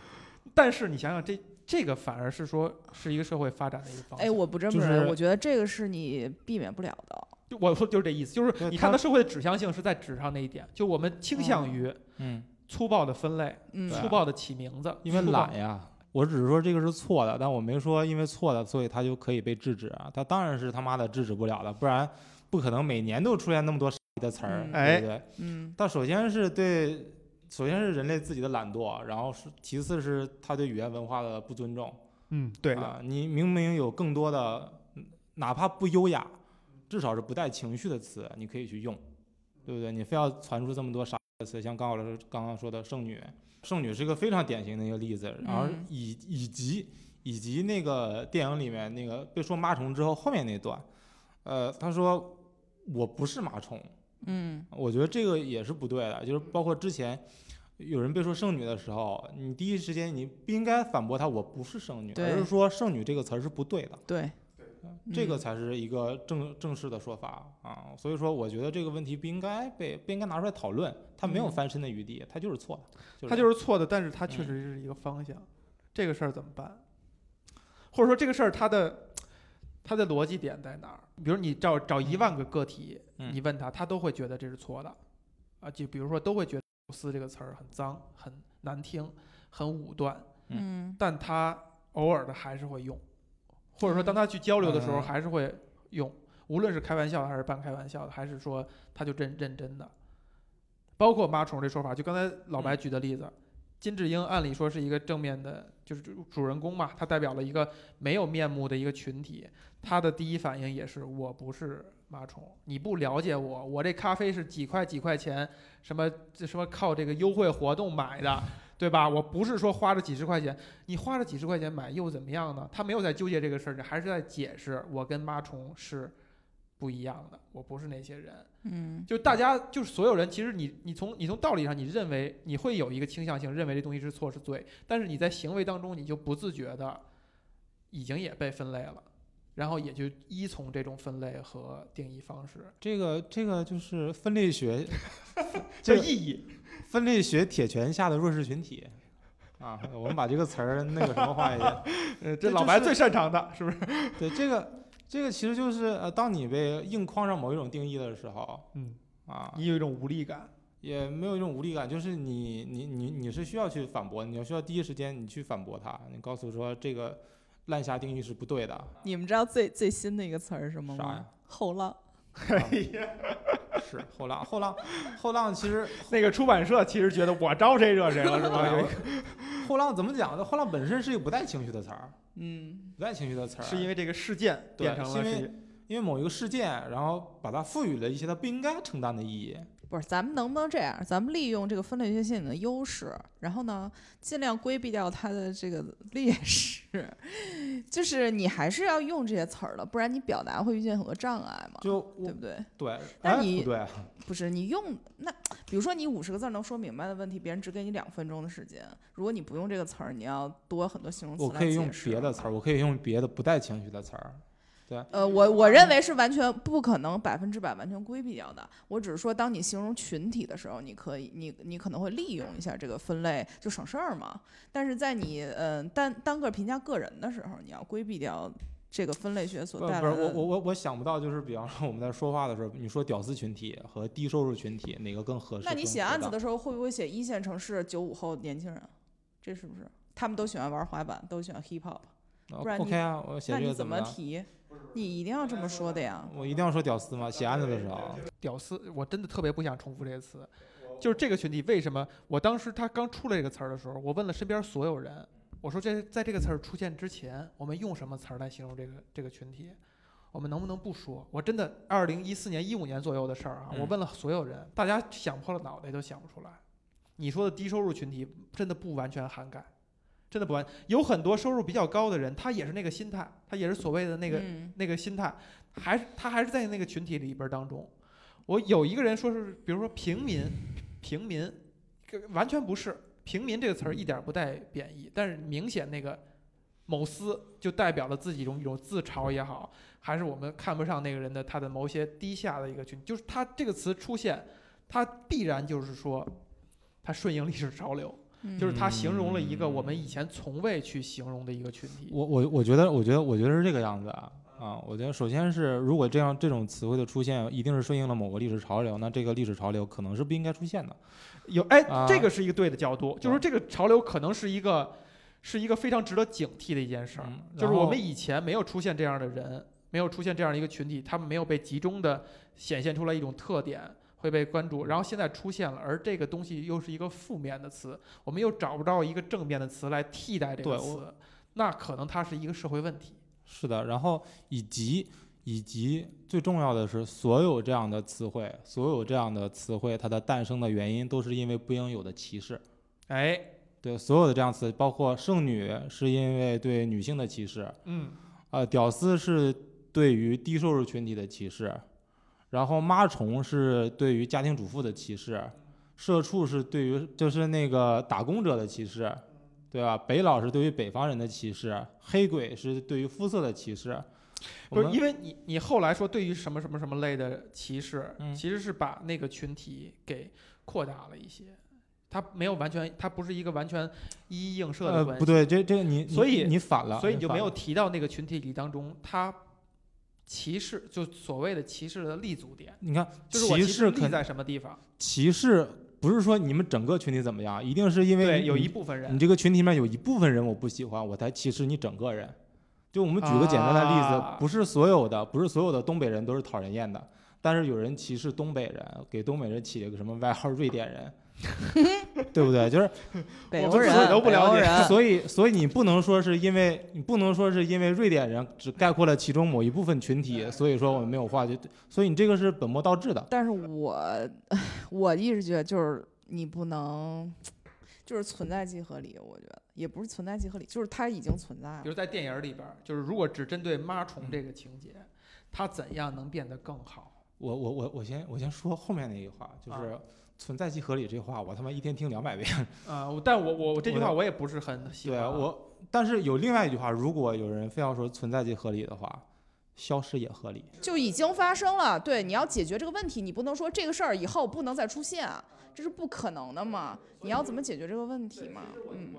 Speaker 1: 但是你想想，这这个反而是说是一个社会发展的一个方向。
Speaker 2: 哎，我不这么
Speaker 3: 就
Speaker 2: 认为，
Speaker 3: 是
Speaker 2: 我觉得这个是你避免不了的。
Speaker 1: 就我说就是这意思，就是
Speaker 3: 对
Speaker 1: 你
Speaker 3: 他
Speaker 1: 看到社会的指向性是在纸上那一点，就我们倾向于
Speaker 3: 嗯，
Speaker 1: 粗暴的分类、
Speaker 2: 嗯
Speaker 3: 对啊
Speaker 1: 粗暴的起名字，
Speaker 3: 因为
Speaker 1: 粗暴
Speaker 3: 懒呀。我只是说这个是错的，但我没说因为错的，所以他就可以被制止啊。他当然是他妈的制止不了的，不然不可能每年都出现那么多的词儿，
Speaker 2: 嗯
Speaker 3: 对不对？
Speaker 2: 嗯
Speaker 3: 但首先是对，首先是人类自己的懒惰，然后是其次是他对语言文化的不尊重。
Speaker 1: 嗯，对的，
Speaker 3: 啊，你明明有更多的，嗯哪怕不优雅，至少是不带情绪的词，你可以去用，对不对？你非要传出这么多傻的词，像刚老师刚刚说的剩女，剩女是一个非常典型的一个例子，然后
Speaker 2: 嗯
Speaker 3: 以以及以及那个电影里面那个被说妈虫之后后面那段，呃，他说我不是妈虫，
Speaker 2: 嗯
Speaker 3: 我觉得这个也是不对的，就是包括之前有人被说剩女的时候，你第一时间你不应该反驳他我不是剩女，
Speaker 2: 对
Speaker 3: 而是说剩女这个词儿是不对的，
Speaker 2: 对，
Speaker 3: 这个
Speaker 2: 嗯
Speaker 3: 才是一个正正式的说法啊。所以说，我觉得这个问题不应该被不应该拿出来讨论，它没有
Speaker 2: 嗯
Speaker 3: 翻身的余地，它就是错的，就
Speaker 1: 它
Speaker 3: 是
Speaker 1: 就是嗯错的，但是它确实是一个方向。这个事儿怎么办？或者说这个事儿它的它的逻辑点在哪儿？比如你找找一万个个体，
Speaker 3: 嗯
Speaker 1: 你问他，他都会觉得这是错的，啊，就比如说都会觉得“屌丝”这个词儿很脏、很难听、很武断，
Speaker 2: 嗯
Speaker 1: 但他偶尔的还是会用，或者说当他去交流的时候
Speaker 3: 嗯
Speaker 1: 还是会用，无论是开玩笑的还是半开玩笑的，还是说他就认认真的。包括“妈虫”这说法，就刚才老白举的例子，金智英按理说是一个正面的，就是主主人公嘛，他代表了一个没有面目的一个群体，他的第一反应也是我不是妈虫，你不了解我，我这咖啡是几块几块钱，什么这什么靠这个优惠活动买的，对吧？我不是说花了几十块钱，你花了几十块钱买又怎么样呢？他没有在纠结这个事儿，还是在解释我跟妈虫是不一样的，我不是那些人。
Speaker 2: 嗯
Speaker 1: 就大家就是所有人，其实你你从你从道理上，你认为你会有一个倾向性，认为这东西是错是对，但是你在行为当中，你就不自觉的已经也被分类了，然后也就依从这种分类和定义方式，
Speaker 3: 这个这个就是分类 (laughs) 学
Speaker 1: 这
Speaker 3: 这
Speaker 1: 意义
Speaker 3: 分类学铁拳下的弱势群体啊。我们把这个词儿那个什么化一下。
Speaker 1: 呃，这
Speaker 3: 这
Speaker 1: 老
Speaker 3: 就
Speaker 1: 白
Speaker 3: 是
Speaker 1: 最擅长的是不是？
Speaker 3: 对这个，这个其实就是呃，当你被硬框上某一种定义的时候
Speaker 1: 嗯，
Speaker 3: 啊，
Speaker 1: 你有一种无力 (laughs) 感，
Speaker 3: 也没有一种无力感，就是你你你你是需要去反驳，你要需要第一时间你去反驳他，你告诉说这个滥下定义是不对的。
Speaker 2: 你们知道最最新的一个词儿是什么
Speaker 3: 啥
Speaker 2: 吗
Speaker 3: 呀？
Speaker 2: 后浪。
Speaker 3: 是后浪后浪后浪，其实
Speaker 1: 那个出版社其实觉得我招谁惹谁了是
Speaker 3: 哎
Speaker 1: 吧？
Speaker 3: 呀
Speaker 1: 有一
Speaker 3: 后浪怎么讲呢？后浪本身是一个不带情绪的词儿，
Speaker 2: 嗯，
Speaker 3: 不带情绪的词儿，
Speaker 4: 是因为这个事件
Speaker 3: 对
Speaker 4: 变成了
Speaker 3: 是因
Speaker 4: 是
Speaker 3: 因为某一个事件，然后把它赋予了一些它不应该承担的意义。
Speaker 2: 不是，咱们能不能这样？咱们利用这个分类学心理的优势，然后呢，尽量规避掉它的这个 (laughs) 劣势，就是你还是要用这些词儿的，不然你表达会遇见很多障碍嘛，
Speaker 3: 就
Speaker 2: 对
Speaker 3: 我
Speaker 2: 不对？
Speaker 3: 对，
Speaker 2: 但
Speaker 3: 哎
Speaker 2: 你
Speaker 3: 不对，
Speaker 2: 不是你用那，比如说你五十个字儿能说明白的问题，别人只给你两分钟的时间。如果你不用这个词儿，你要多很多形容词
Speaker 3: 我
Speaker 2: 来
Speaker 3: 可以
Speaker 2: 解
Speaker 3: 用
Speaker 2: 释
Speaker 3: 别的
Speaker 2: 嘛
Speaker 3: 词儿，我可以用别的不带情绪的词儿。
Speaker 2: 呃，我我认为是完全不可能百分之百完全规避掉的。我只是说，当你形容群体的时候，你可以，你你可能会利用一下这个分类，就省事儿嘛。但是在你嗯、呃单单个评价个人的时候，你要规避掉这个分类学所
Speaker 3: 不
Speaker 2: 带来
Speaker 3: 呃
Speaker 2: 嗯
Speaker 3: 不是
Speaker 2: 的。
Speaker 3: 我我我我想不到，就是比方说我们在说话的时候，你说屌丝群体和低收入群体哪个更合适？
Speaker 2: 那你
Speaker 3: 更
Speaker 2: 写
Speaker 3: 妥
Speaker 2: 案子
Speaker 3: 当
Speaker 2: 的时候，会不会写一线城市九五后年轻人？这是不是他们都喜欢玩滑板，都喜欢 hip hop？
Speaker 3: 呃
Speaker 2: 不然你
Speaker 3: OK 啊，我写
Speaker 2: 那
Speaker 3: 这
Speaker 2: 你
Speaker 3: 个
Speaker 2: 怎
Speaker 3: 么
Speaker 2: 么
Speaker 3: 了？
Speaker 2: 提？你一定要这么说的呀。
Speaker 3: 我一定要说屌丝吗？写案子的时候，啊
Speaker 1: 屌丝，我真的特别不想重复这个词。就是这个群体为什么？我当时他刚出来这个词儿的时候，我问了身边所有人，我说这在这个词儿出现之前，我们用什么词儿来形容这个这个群体？我们能不能不说？我真的二零一四年、一五年左右的事儿啊，
Speaker 3: 嗯
Speaker 1: 我问了所有人，大家想破了脑袋都想不出来。你说的低收入群体真的不完全涵盖，真的不完。有很多收入比较高的人，他也是那个心态，他也是所谓的那个
Speaker 2: 嗯
Speaker 1: 那个心态，还是他还是在那个群体里边儿当中。我有一个人说是，比如说平民，平民，这个完全不是平民这个词儿一点儿不带贬义，但是明显那个某司就代表了自己一种一种自嘲也好，还是我们看不上那个人的他的某些低下的一个群，就是他这个词出现，他必然就是说，他顺应历史潮流，
Speaker 2: 嗯
Speaker 1: 就是他形容了一个我们以前从未去形容的一个群体。
Speaker 3: 我我我觉得我觉得我觉得是这个样子啊啊！我觉得首先是如果这样这种词汇的出现，一定是顺应了某个历史潮流，那这个历史潮流可能是不应该出现的。
Speaker 1: 有哎，
Speaker 3: 啊
Speaker 1: 这个是一个对的角度，就是说这个潮流可能是一个是一个非常值得警惕的一件事儿，
Speaker 3: 嗯
Speaker 1: 就是
Speaker 3: 然
Speaker 1: 我
Speaker 3: 后
Speaker 1: 们以前没有出现这样的人，没有出现这样的一个群体，他们没有被集中的显现出来一种特点。会被关注，然后现在出现了，而这个东西又是一个负面的词，我们又找不到一个正面的词来替代这个
Speaker 3: 对我
Speaker 1: 词，那可能它是一个社会问题。
Speaker 3: 是的，然后以及以及最重要的是，所有这样的词汇，所有这样的词汇，它的诞生的原因都是因为不应有的歧视。
Speaker 1: 哎，
Speaker 3: 对，所有的这样词，包括剩女是因为对女性的歧视，
Speaker 1: 嗯，
Speaker 3: 呃，屌丝是对于低收入群体的歧视，然后妈虫是对于家庭主妇的歧视，社畜是对于就是那个打工者的歧视，对吧？北佬是对于北方人的歧视，黑鬼是对于肤色的歧视。我
Speaker 1: 不是，
Speaker 3: 们
Speaker 1: 因为你你后来说对于什么什么什么类的歧视，
Speaker 3: 嗯
Speaker 1: 其实是把那个群体给扩大了一些，它没有完全，它不是一个完全一一映射
Speaker 3: 呃，
Speaker 1: 的关
Speaker 3: 不
Speaker 1: 系，
Speaker 3: 对，这这个你
Speaker 1: 所以
Speaker 3: 你你反了，
Speaker 1: 所以你就
Speaker 3: 反
Speaker 1: 没有
Speaker 3: 了
Speaker 1: 提到那个群体里当中它歧视，就所谓的歧视的立足点，
Speaker 3: 你看
Speaker 1: 就是我
Speaker 3: 歧
Speaker 1: 视
Speaker 3: 视
Speaker 1: 立
Speaker 3: 肯
Speaker 1: 在什么地方？
Speaker 3: 歧视不是说你们整个群体怎么样，一定是因为
Speaker 1: 对，
Speaker 3: 你
Speaker 1: 有一部分人
Speaker 3: 你这个群体里面有一部分人我不喜欢，我才歧视你整个人。就我们举个简单的例子，
Speaker 1: 啊
Speaker 3: 不是所有的，不是所有的东北人都是讨人厌的，但是有人歧视东北人，给东北人起了个什么外号“瑞
Speaker 2: (laughs)
Speaker 3: 典人”，对不对？就是
Speaker 2: 北
Speaker 1: 我
Speaker 2: 欧
Speaker 1: 们
Speaker 2: 人
Speaker 1: 自己都不
Speaker 2: 北
Speaker 1: 了
Speaker 2: 欧
Speaker 1: 解
Speaker 2: 人
Speaker 3: 所以，所以你不能说是因为你不能说是因为瑞典人只概括了其中某一部分群体，
Speaker 2: 嗯
Speaker 3: 所以说我们没有话就，所以你这个是本末倒置的。
Speaker 2: 但是我 (laughs) 我一直觉得就是你不能，就是存在即合理，我觉得也不是存在即合理，就是它已经存在
Speaker 1: 比
Speaker 2: 了。
Speaker 1: 如在电影里边儿，就是如果只针对妈
Speaker 3: 嗯
Speaker 1: 虫这个情节，它怎样能变得更好？
Speaker 3: 我我我我先我先说后面那一句话，
Speaker 2: 啊
Speaker 3: 就是存在即合理这话，我他妈一天听两百遍。
Speaker 1: 啊、我但我我我这句
Speaker 3: 我
Speaker 1: 话我也不是很喜
Speaker 3: 对
Speaker 1: 欢啊、
Speaker 3: 我，但是有另外一句话，如果有人非要说存在即合理的话，消失也合理。
Speaker 2: 就已经发生了。对，你要解决这个问题，你不能说这个事儿以后不能再出现，啊这是不可能的嘛。你要怎么解决这个问题嘛？嗯，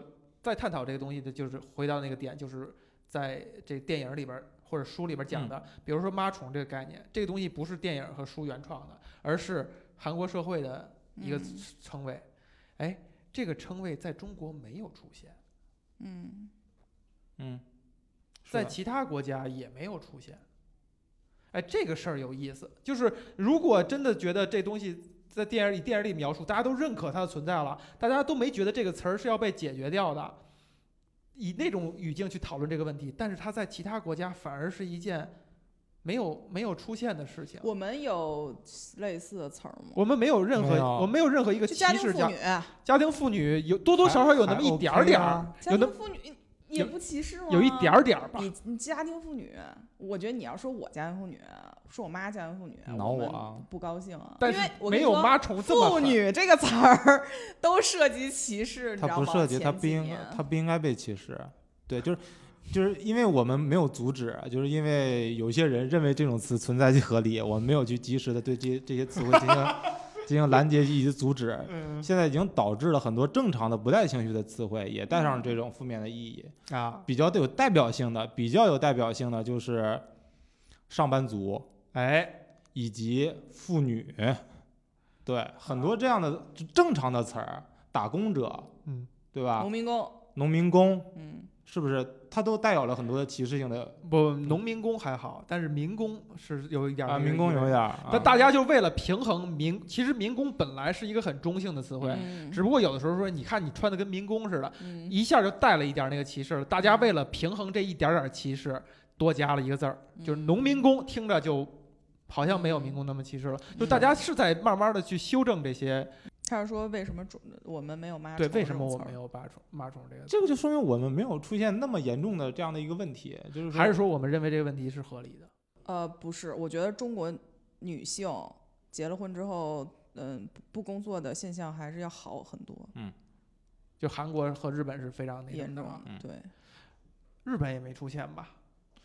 Speaker 1: 在探讨这个东西的，就是回到那个点，就是在这电影里边儿或者书里边儿讲的，比如说“妈虫”这个概念，这个东西不是电影和书原创的，而是韩国社会的一个
Speaker 2: 嗯
Speaker 1: 称谓。哎，这个称谓在中国没有出现，
Speaker 2: 嗯，
Speaker 3: 嗯，是
Speaker 1: 在
Speaker 3: 的
Speaker 1: 其他国家也没有出现。哎，这个事儿有意思，就是如果真的觉得这东西在电影里电影里描述，大家都认可它的存在了，大家都没觉得这个词儿是要被解决掉的，以那种语境去讨论这个问题，但是它在其他国家反而是一件没有没有出现的事情。
Speaker 2: 我们有类似的词儿吗？
Speaker 1: 我们没有任何
Speaker 3: 没有
Speaker 1: 我们没有任何一个
Speaker 2: 就
Speaker 1: 歧
Speaker 2: 家庭
Speaker 1: 视
Speaker 2: 妇
Speaker 1: 家
Speaker 2: 女，
Speaker 1: 家庭妇女有多多少少有那么一点儿点
Speaker 3: 还还
Speaker 1: 儿
Speaker 3: OK 啊，
Speaker 2: 家
Speaker 1: 有那
Speaker 2: 庭啊
Speaker 1: 么
Speaker 2: 妇女也不歧视吗？
Speaker 1: 有一点儿点儿吧。
Speaker 2: 你你家庭妇女，我觉得你要说我家庭妇女，说我妈家庭妇女，
Speaker 3: 挠
Speaker 2: 哎我
Speaker 3: 我
Speaker 2: 们
Speaker 3: 啊
Speaker 2: 不高兴啊，
Speaker 1: 但
Speaker 2: 因为
Speaker 1: 是
Speaker 2: 我跟
Speaker 1: 没
Speaker 2: 你
Speaker 1: 有
Speaker 2: 说
Speaker 1: 妈虫这么
Speaker 2: 妇
Speaker 1: 狠
Speaker 2: 女这个词儿都涉及歧视，你知
Speaker 3: 他
Speaker 2: 道
Speaker 3: 不
Speaker 2: 吗？
Speaker 3: 涉及，他
Speaker 2: 前
Speaker 3: 不
Speaker 2: 几
Speaker 3: 应
Speaker 2: 年
Speaker 3: 他不应该被歧视，对，就是就是因为我们没有阻止，就是因为有些人认为这种词存在即合理，我们没有去及时的对这些这些词汇进行进行拦截以及阻止，
Speaker 1: 嗯
Speaker 3: 现在已经导致了很多正常的不带情绪的词汇也带
Speaker 2: 嗯
Speaker 3: 上这种负面的意义，
Speaker 1: 啊，
Speaker 3: 比较有代表性的，比较有代表性的就是上班族
Speaker 1: 哎，
Speaker 3: 以及妇女，对，很多这样的正常的词儿，打工者，
Speaker 1: 嗯，
Speaker 3: 对吧
Speaker 2: 农？民工，
Speaker 3: 农民工。
Speaker 2: 嗯，
Speaker 3: 是不是？它都带有了很多的歧视性的
Speaker 1: 不，农民工还好，但是民工是有一点儿
Speaker 3: 啊，
Speaker 1: 那个
Speaker 3: 民工
Speaker 1: 意味
Speaker 3: 有一点儿啊，
Speaker 1: 但大家就为了平衡民，其实民工本来是一个很中性的词汇，
Speaker 2: 嗯
Speaker 1: 只不过有的时候说，你看你穿的跟民工似的，
Speaker 2: 嗯
Speaker 1: 一下就带了一点那个歧视了。大家为了平衡这一点点歧视，多加了一个字儿，就是
Speaker 2: 嗯
Speaker 1: 农民工，听着就好像没有民工那么歧视了。
Speaker 2: 嗯
Speaker 1: 就大家是在慢慢的去修正这些，
Speaker 2: 他是说为什么主我们没有妈
Speaker 1: 对，
Speaker 2: 虫
Speaker 1: 为
Speaker 2: 这
Speaker 1: 什么
Speaker 2: 种
Speaker 1: 我
Speaker 2: 词儿
Speaker 1: 没有把虫骂虫这个词？
Speaker 3: 这个就说明我们没有出现那么严重的这样的一个问题，就是说
Speaker 1: 还是说我们认为这个问题是合理的？
Speaker 2: 呃，不是，我觉得中国女性结了婚之后，嗯，不不工作的现象还是要好很多，
Speaker 1: 就韩国和日本是非常那
Speaker 2: 严
Speaker 1: 种的
Speaker 2: 重
Speaker 1: 嘛，
Speaker 2: 了
Speaker 3: 嗯
Speaker 2: 对，
Speaker 1: 日本也没出现吧？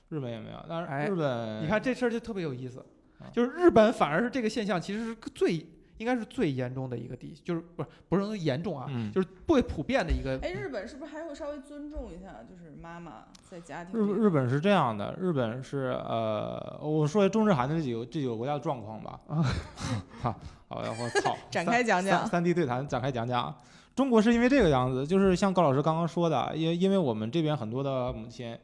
Speaker 3: 日本也没有，但
Speaker 1: 哎
Speaker 3: 是日本
Speaker 1: 你看这事儿就特别有意思
Speaker 3: 嗯啊，
Speaker 1: 就是日本反而是这个现象其实是最应该是最严重的一个地，就是不是不是说严重啊，
Speaker 3: 嗯
Speaker 1: 就是最普遍的一个
Speaker 2: 哎，日本是不是还会稍微尊重一下，就是妈妈在家庭
Speaker 3: 日
Speaker 2: 里，
Speaker 3: 日本是这样的，日本是呃，我说中日韩的这几个这几个国家的状况吧。啊， (laughs) 好，我操
Speaker 2: (laughs) 展开讲讲
Speaker 3: 三三 D 对谈展开讲讲。中国是因为这个样子，就是像高老师刚刚说的，啊因因为我们这边很多的母亲，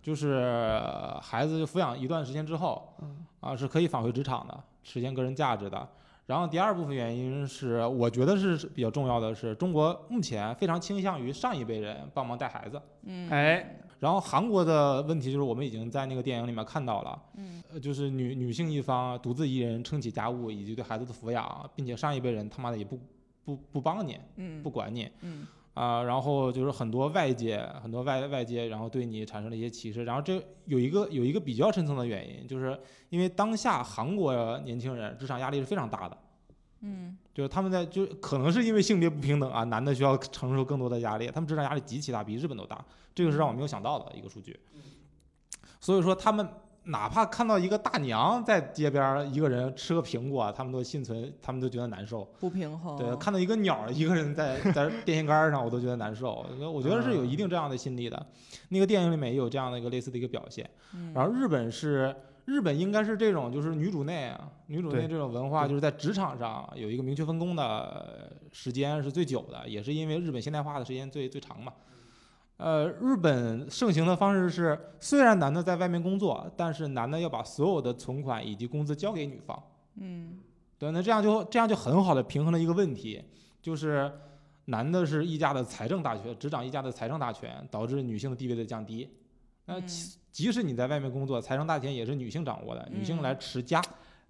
Speaker 3: 就是呃孩子抚养一段时间之后
Speaker 1: 嗯，
Speaker 3: 啊是可以返回职场的，实现个人价值的。然后第二部分原因是，我觉得是比较重要的是，中国目前非常倾向于上一辈人帮忙带孩子。
Speaker 2: 嗯，
Speaker 1: 哎，
Speaker 3: 然后韩国的问题就是，我们已经在那个电影里面看到了，
Speaker 2: 嗯，
Speaker 3: 呃，就是女女性一方独自一人撑起家务以及对孩子的抚养，并且上一辈人他妈的也不不不帮你，
Speaker 2: 嗯
Speaker 3: 不管你
Speaker 2: 嗯
Speaker 3: 啊、然后就是很多外界很多外外界，然后对你产生了一些歧视。然后这有一个有一个比较深层的原因，就是因为当下韩国年轻人职场压力是非常大的。
Speaker 2: 嗯
Speaker 3: 就是他们在，就是可能是因为性别不平等啊，男的需要承受更多的压力，他们职场压力极其大，比日本都大，这个是让我没有想到的一个数据。所以说，他们哪怕看到一个大娘在街边儿一个人吃个苹果，啊他们都心存，他们都觉得难受。
Speaker 2: 不平衡，
Speaker 3: 对，看到一个鸟儿一个人在在电线杆儿上，我都觉得难受。我觉得是有一定这样的心理的。那个电影里面也有这样的一个类似的一个表现。
Speaker 2: 嗯，
Speaker 3: 然后日本是日本应该是这种就是女主内啊，女主内
Speaker 1: 对
Speaker 3: 这种文化
Speaker 1: 对
Speaker 3: 就是在职场上有一个明确分工的呃时间是最久的，也是因为日本现代化的时间最最长嘛。呃，日本盛行的方式是，虽然男的在外面工作，但是男的要把所有的存款以及工资交给女方。
Speaker 2: 嗯
Speaker 3: 对，那这样就这样就很好的平衡了一个问题，就是男的是一家的财政大权，执掌一家的财政大权，导致女性的地位的降低。那
Speaker 2: 嗯
Speaker 3: 其即使你在外面工作，财政大权也是女性掌握的，女性来持家，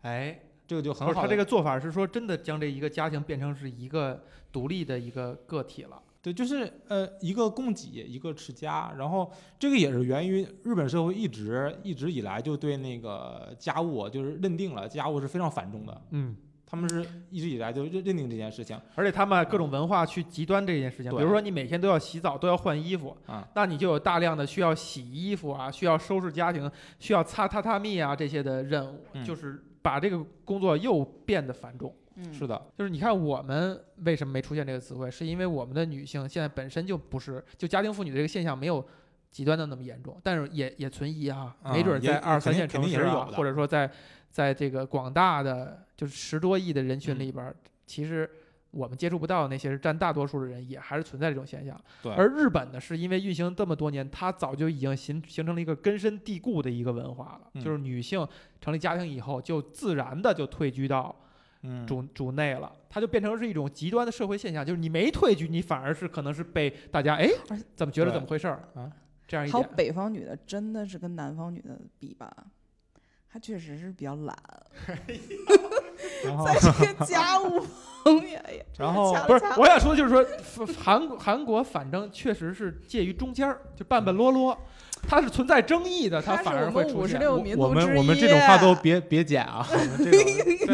Speaker 1: 哎，
Speaker 3: 这个就
Speaker 1: 不是
Speaker 3: 很好
Speaker 1: 他
Speaker 3: 的。
Speaker 1: 这个做法是说真的将这一个家庭变成是一个独立的一个个体了，
Speaker 3: 对，就是呃，一个供给，一个持家，然后这个也是源于日本社会一直一直以来就对那个家务就是认定了家务是非常繁重的，
Speaker 1: 嗯，
Speaker 3: 他们是一直以来就认认定这件事情。
Speaker 1: 而且他们各种文化去极端这件事情，
Speaker 3: 对
Speaker 1: 比如说你每天都要洗澡，都要换衣服，
Speaker 3: 嗯
Speaker 1: 那你就有大量的需要洗衣服啊，需要收拾家庭，需要擦榻榻米啊这些的任务，
Speaker 3: 嗯
Speaker 1: 就是把这个工作又变得繁重。
Speaker 2: 嗯
Speaker 3: 是的，
Speaker 1: 就是你看我们为什么没出现这个词汇，是因为我们的女性现在本身就不是，就家庭妇女这个现象没有极端的那么严重，但是也也存疑啊，
Speaker 3: 啊
Speaker 1: 没准
Speaker 3: 也
Speaker 1: 在二三线
Speaker 3: 肯
Speaker 1: 城
Speaker 3: 定肯定
Speaker 1: 市
Speaker 3: 也是
Speaker 1: 啊，
Speaker 3: 有的
Speaker 1: 或者说在在这个广大的就是十多亿的人群
Speaker 3: 嗯
Speaker 1: 里边儿，其实。我们接触不到的那些是占大多数的人，也还是存在这种现象。
Speaker 3: 对
Speaker 1: 而日本呢，是因为运行这么多年，它早就已经形形成了一个根深蒂固的一个文化了，
Speaker 3: 嗯
Speaker 1: 就是女性成立家庭以后，就自然的就退居到
Speaker 3: 嗯，
Speaker 1: 主主内了，它就变成是一种极端的社会现象，就是你没退居，你反而是可能是被大家哎
Speaker 2: 而且
Speaker 1: 怎么觉得
Speaker 3: 对
Speaker 1: 怎么回事儿
Speaker 3: 啊？
Speaker 1: 这样一
Speaker 2: 好，
Speaker 1: 点，
Speaker 2: 北方女的真的是跟南方女的比吧，她确实是比较懒，
Speaker 3: 然后
Speaker 2: 在这个家务方面哎也真是 (laughs)
Speaker 3: 然后
Speaker 2: 恰
Speaker 1: 不是
Speaker 2: 恰
Speaker 1: 我想说的就是说韩国韩国反正确实是介于中间儿，就半半落落，它是存在争议的，它
Speaker 2: 她是
Speaker 1: 反而
Speaker 2: 我
Speaker 1: 会
Speaker 2: 们
Speaker 1: 出
Speaker 2: 五十
Speaker 1: 现。
Speaker 2: 六
Speaker 3: 我
Speaker 2: 民
Speaker 3: 我
Speaker 2: 族之
Speaker 3: 们
Speaker 2: 一，
Speaker 3: 我们这种话都别别剪啊，我们这种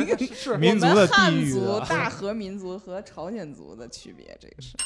Speaker 1: 对是
Speaker 2: 我
Speaker 3: 民族
Speaker 2: 们
Speaker 3: 的
Speaker 2: 汉
Speaker 3: 地域
Speaker 2: 族
Speaker 3: (laughs) 啊
Speaker 2: 大和民族和朝鲜族的区别，这个是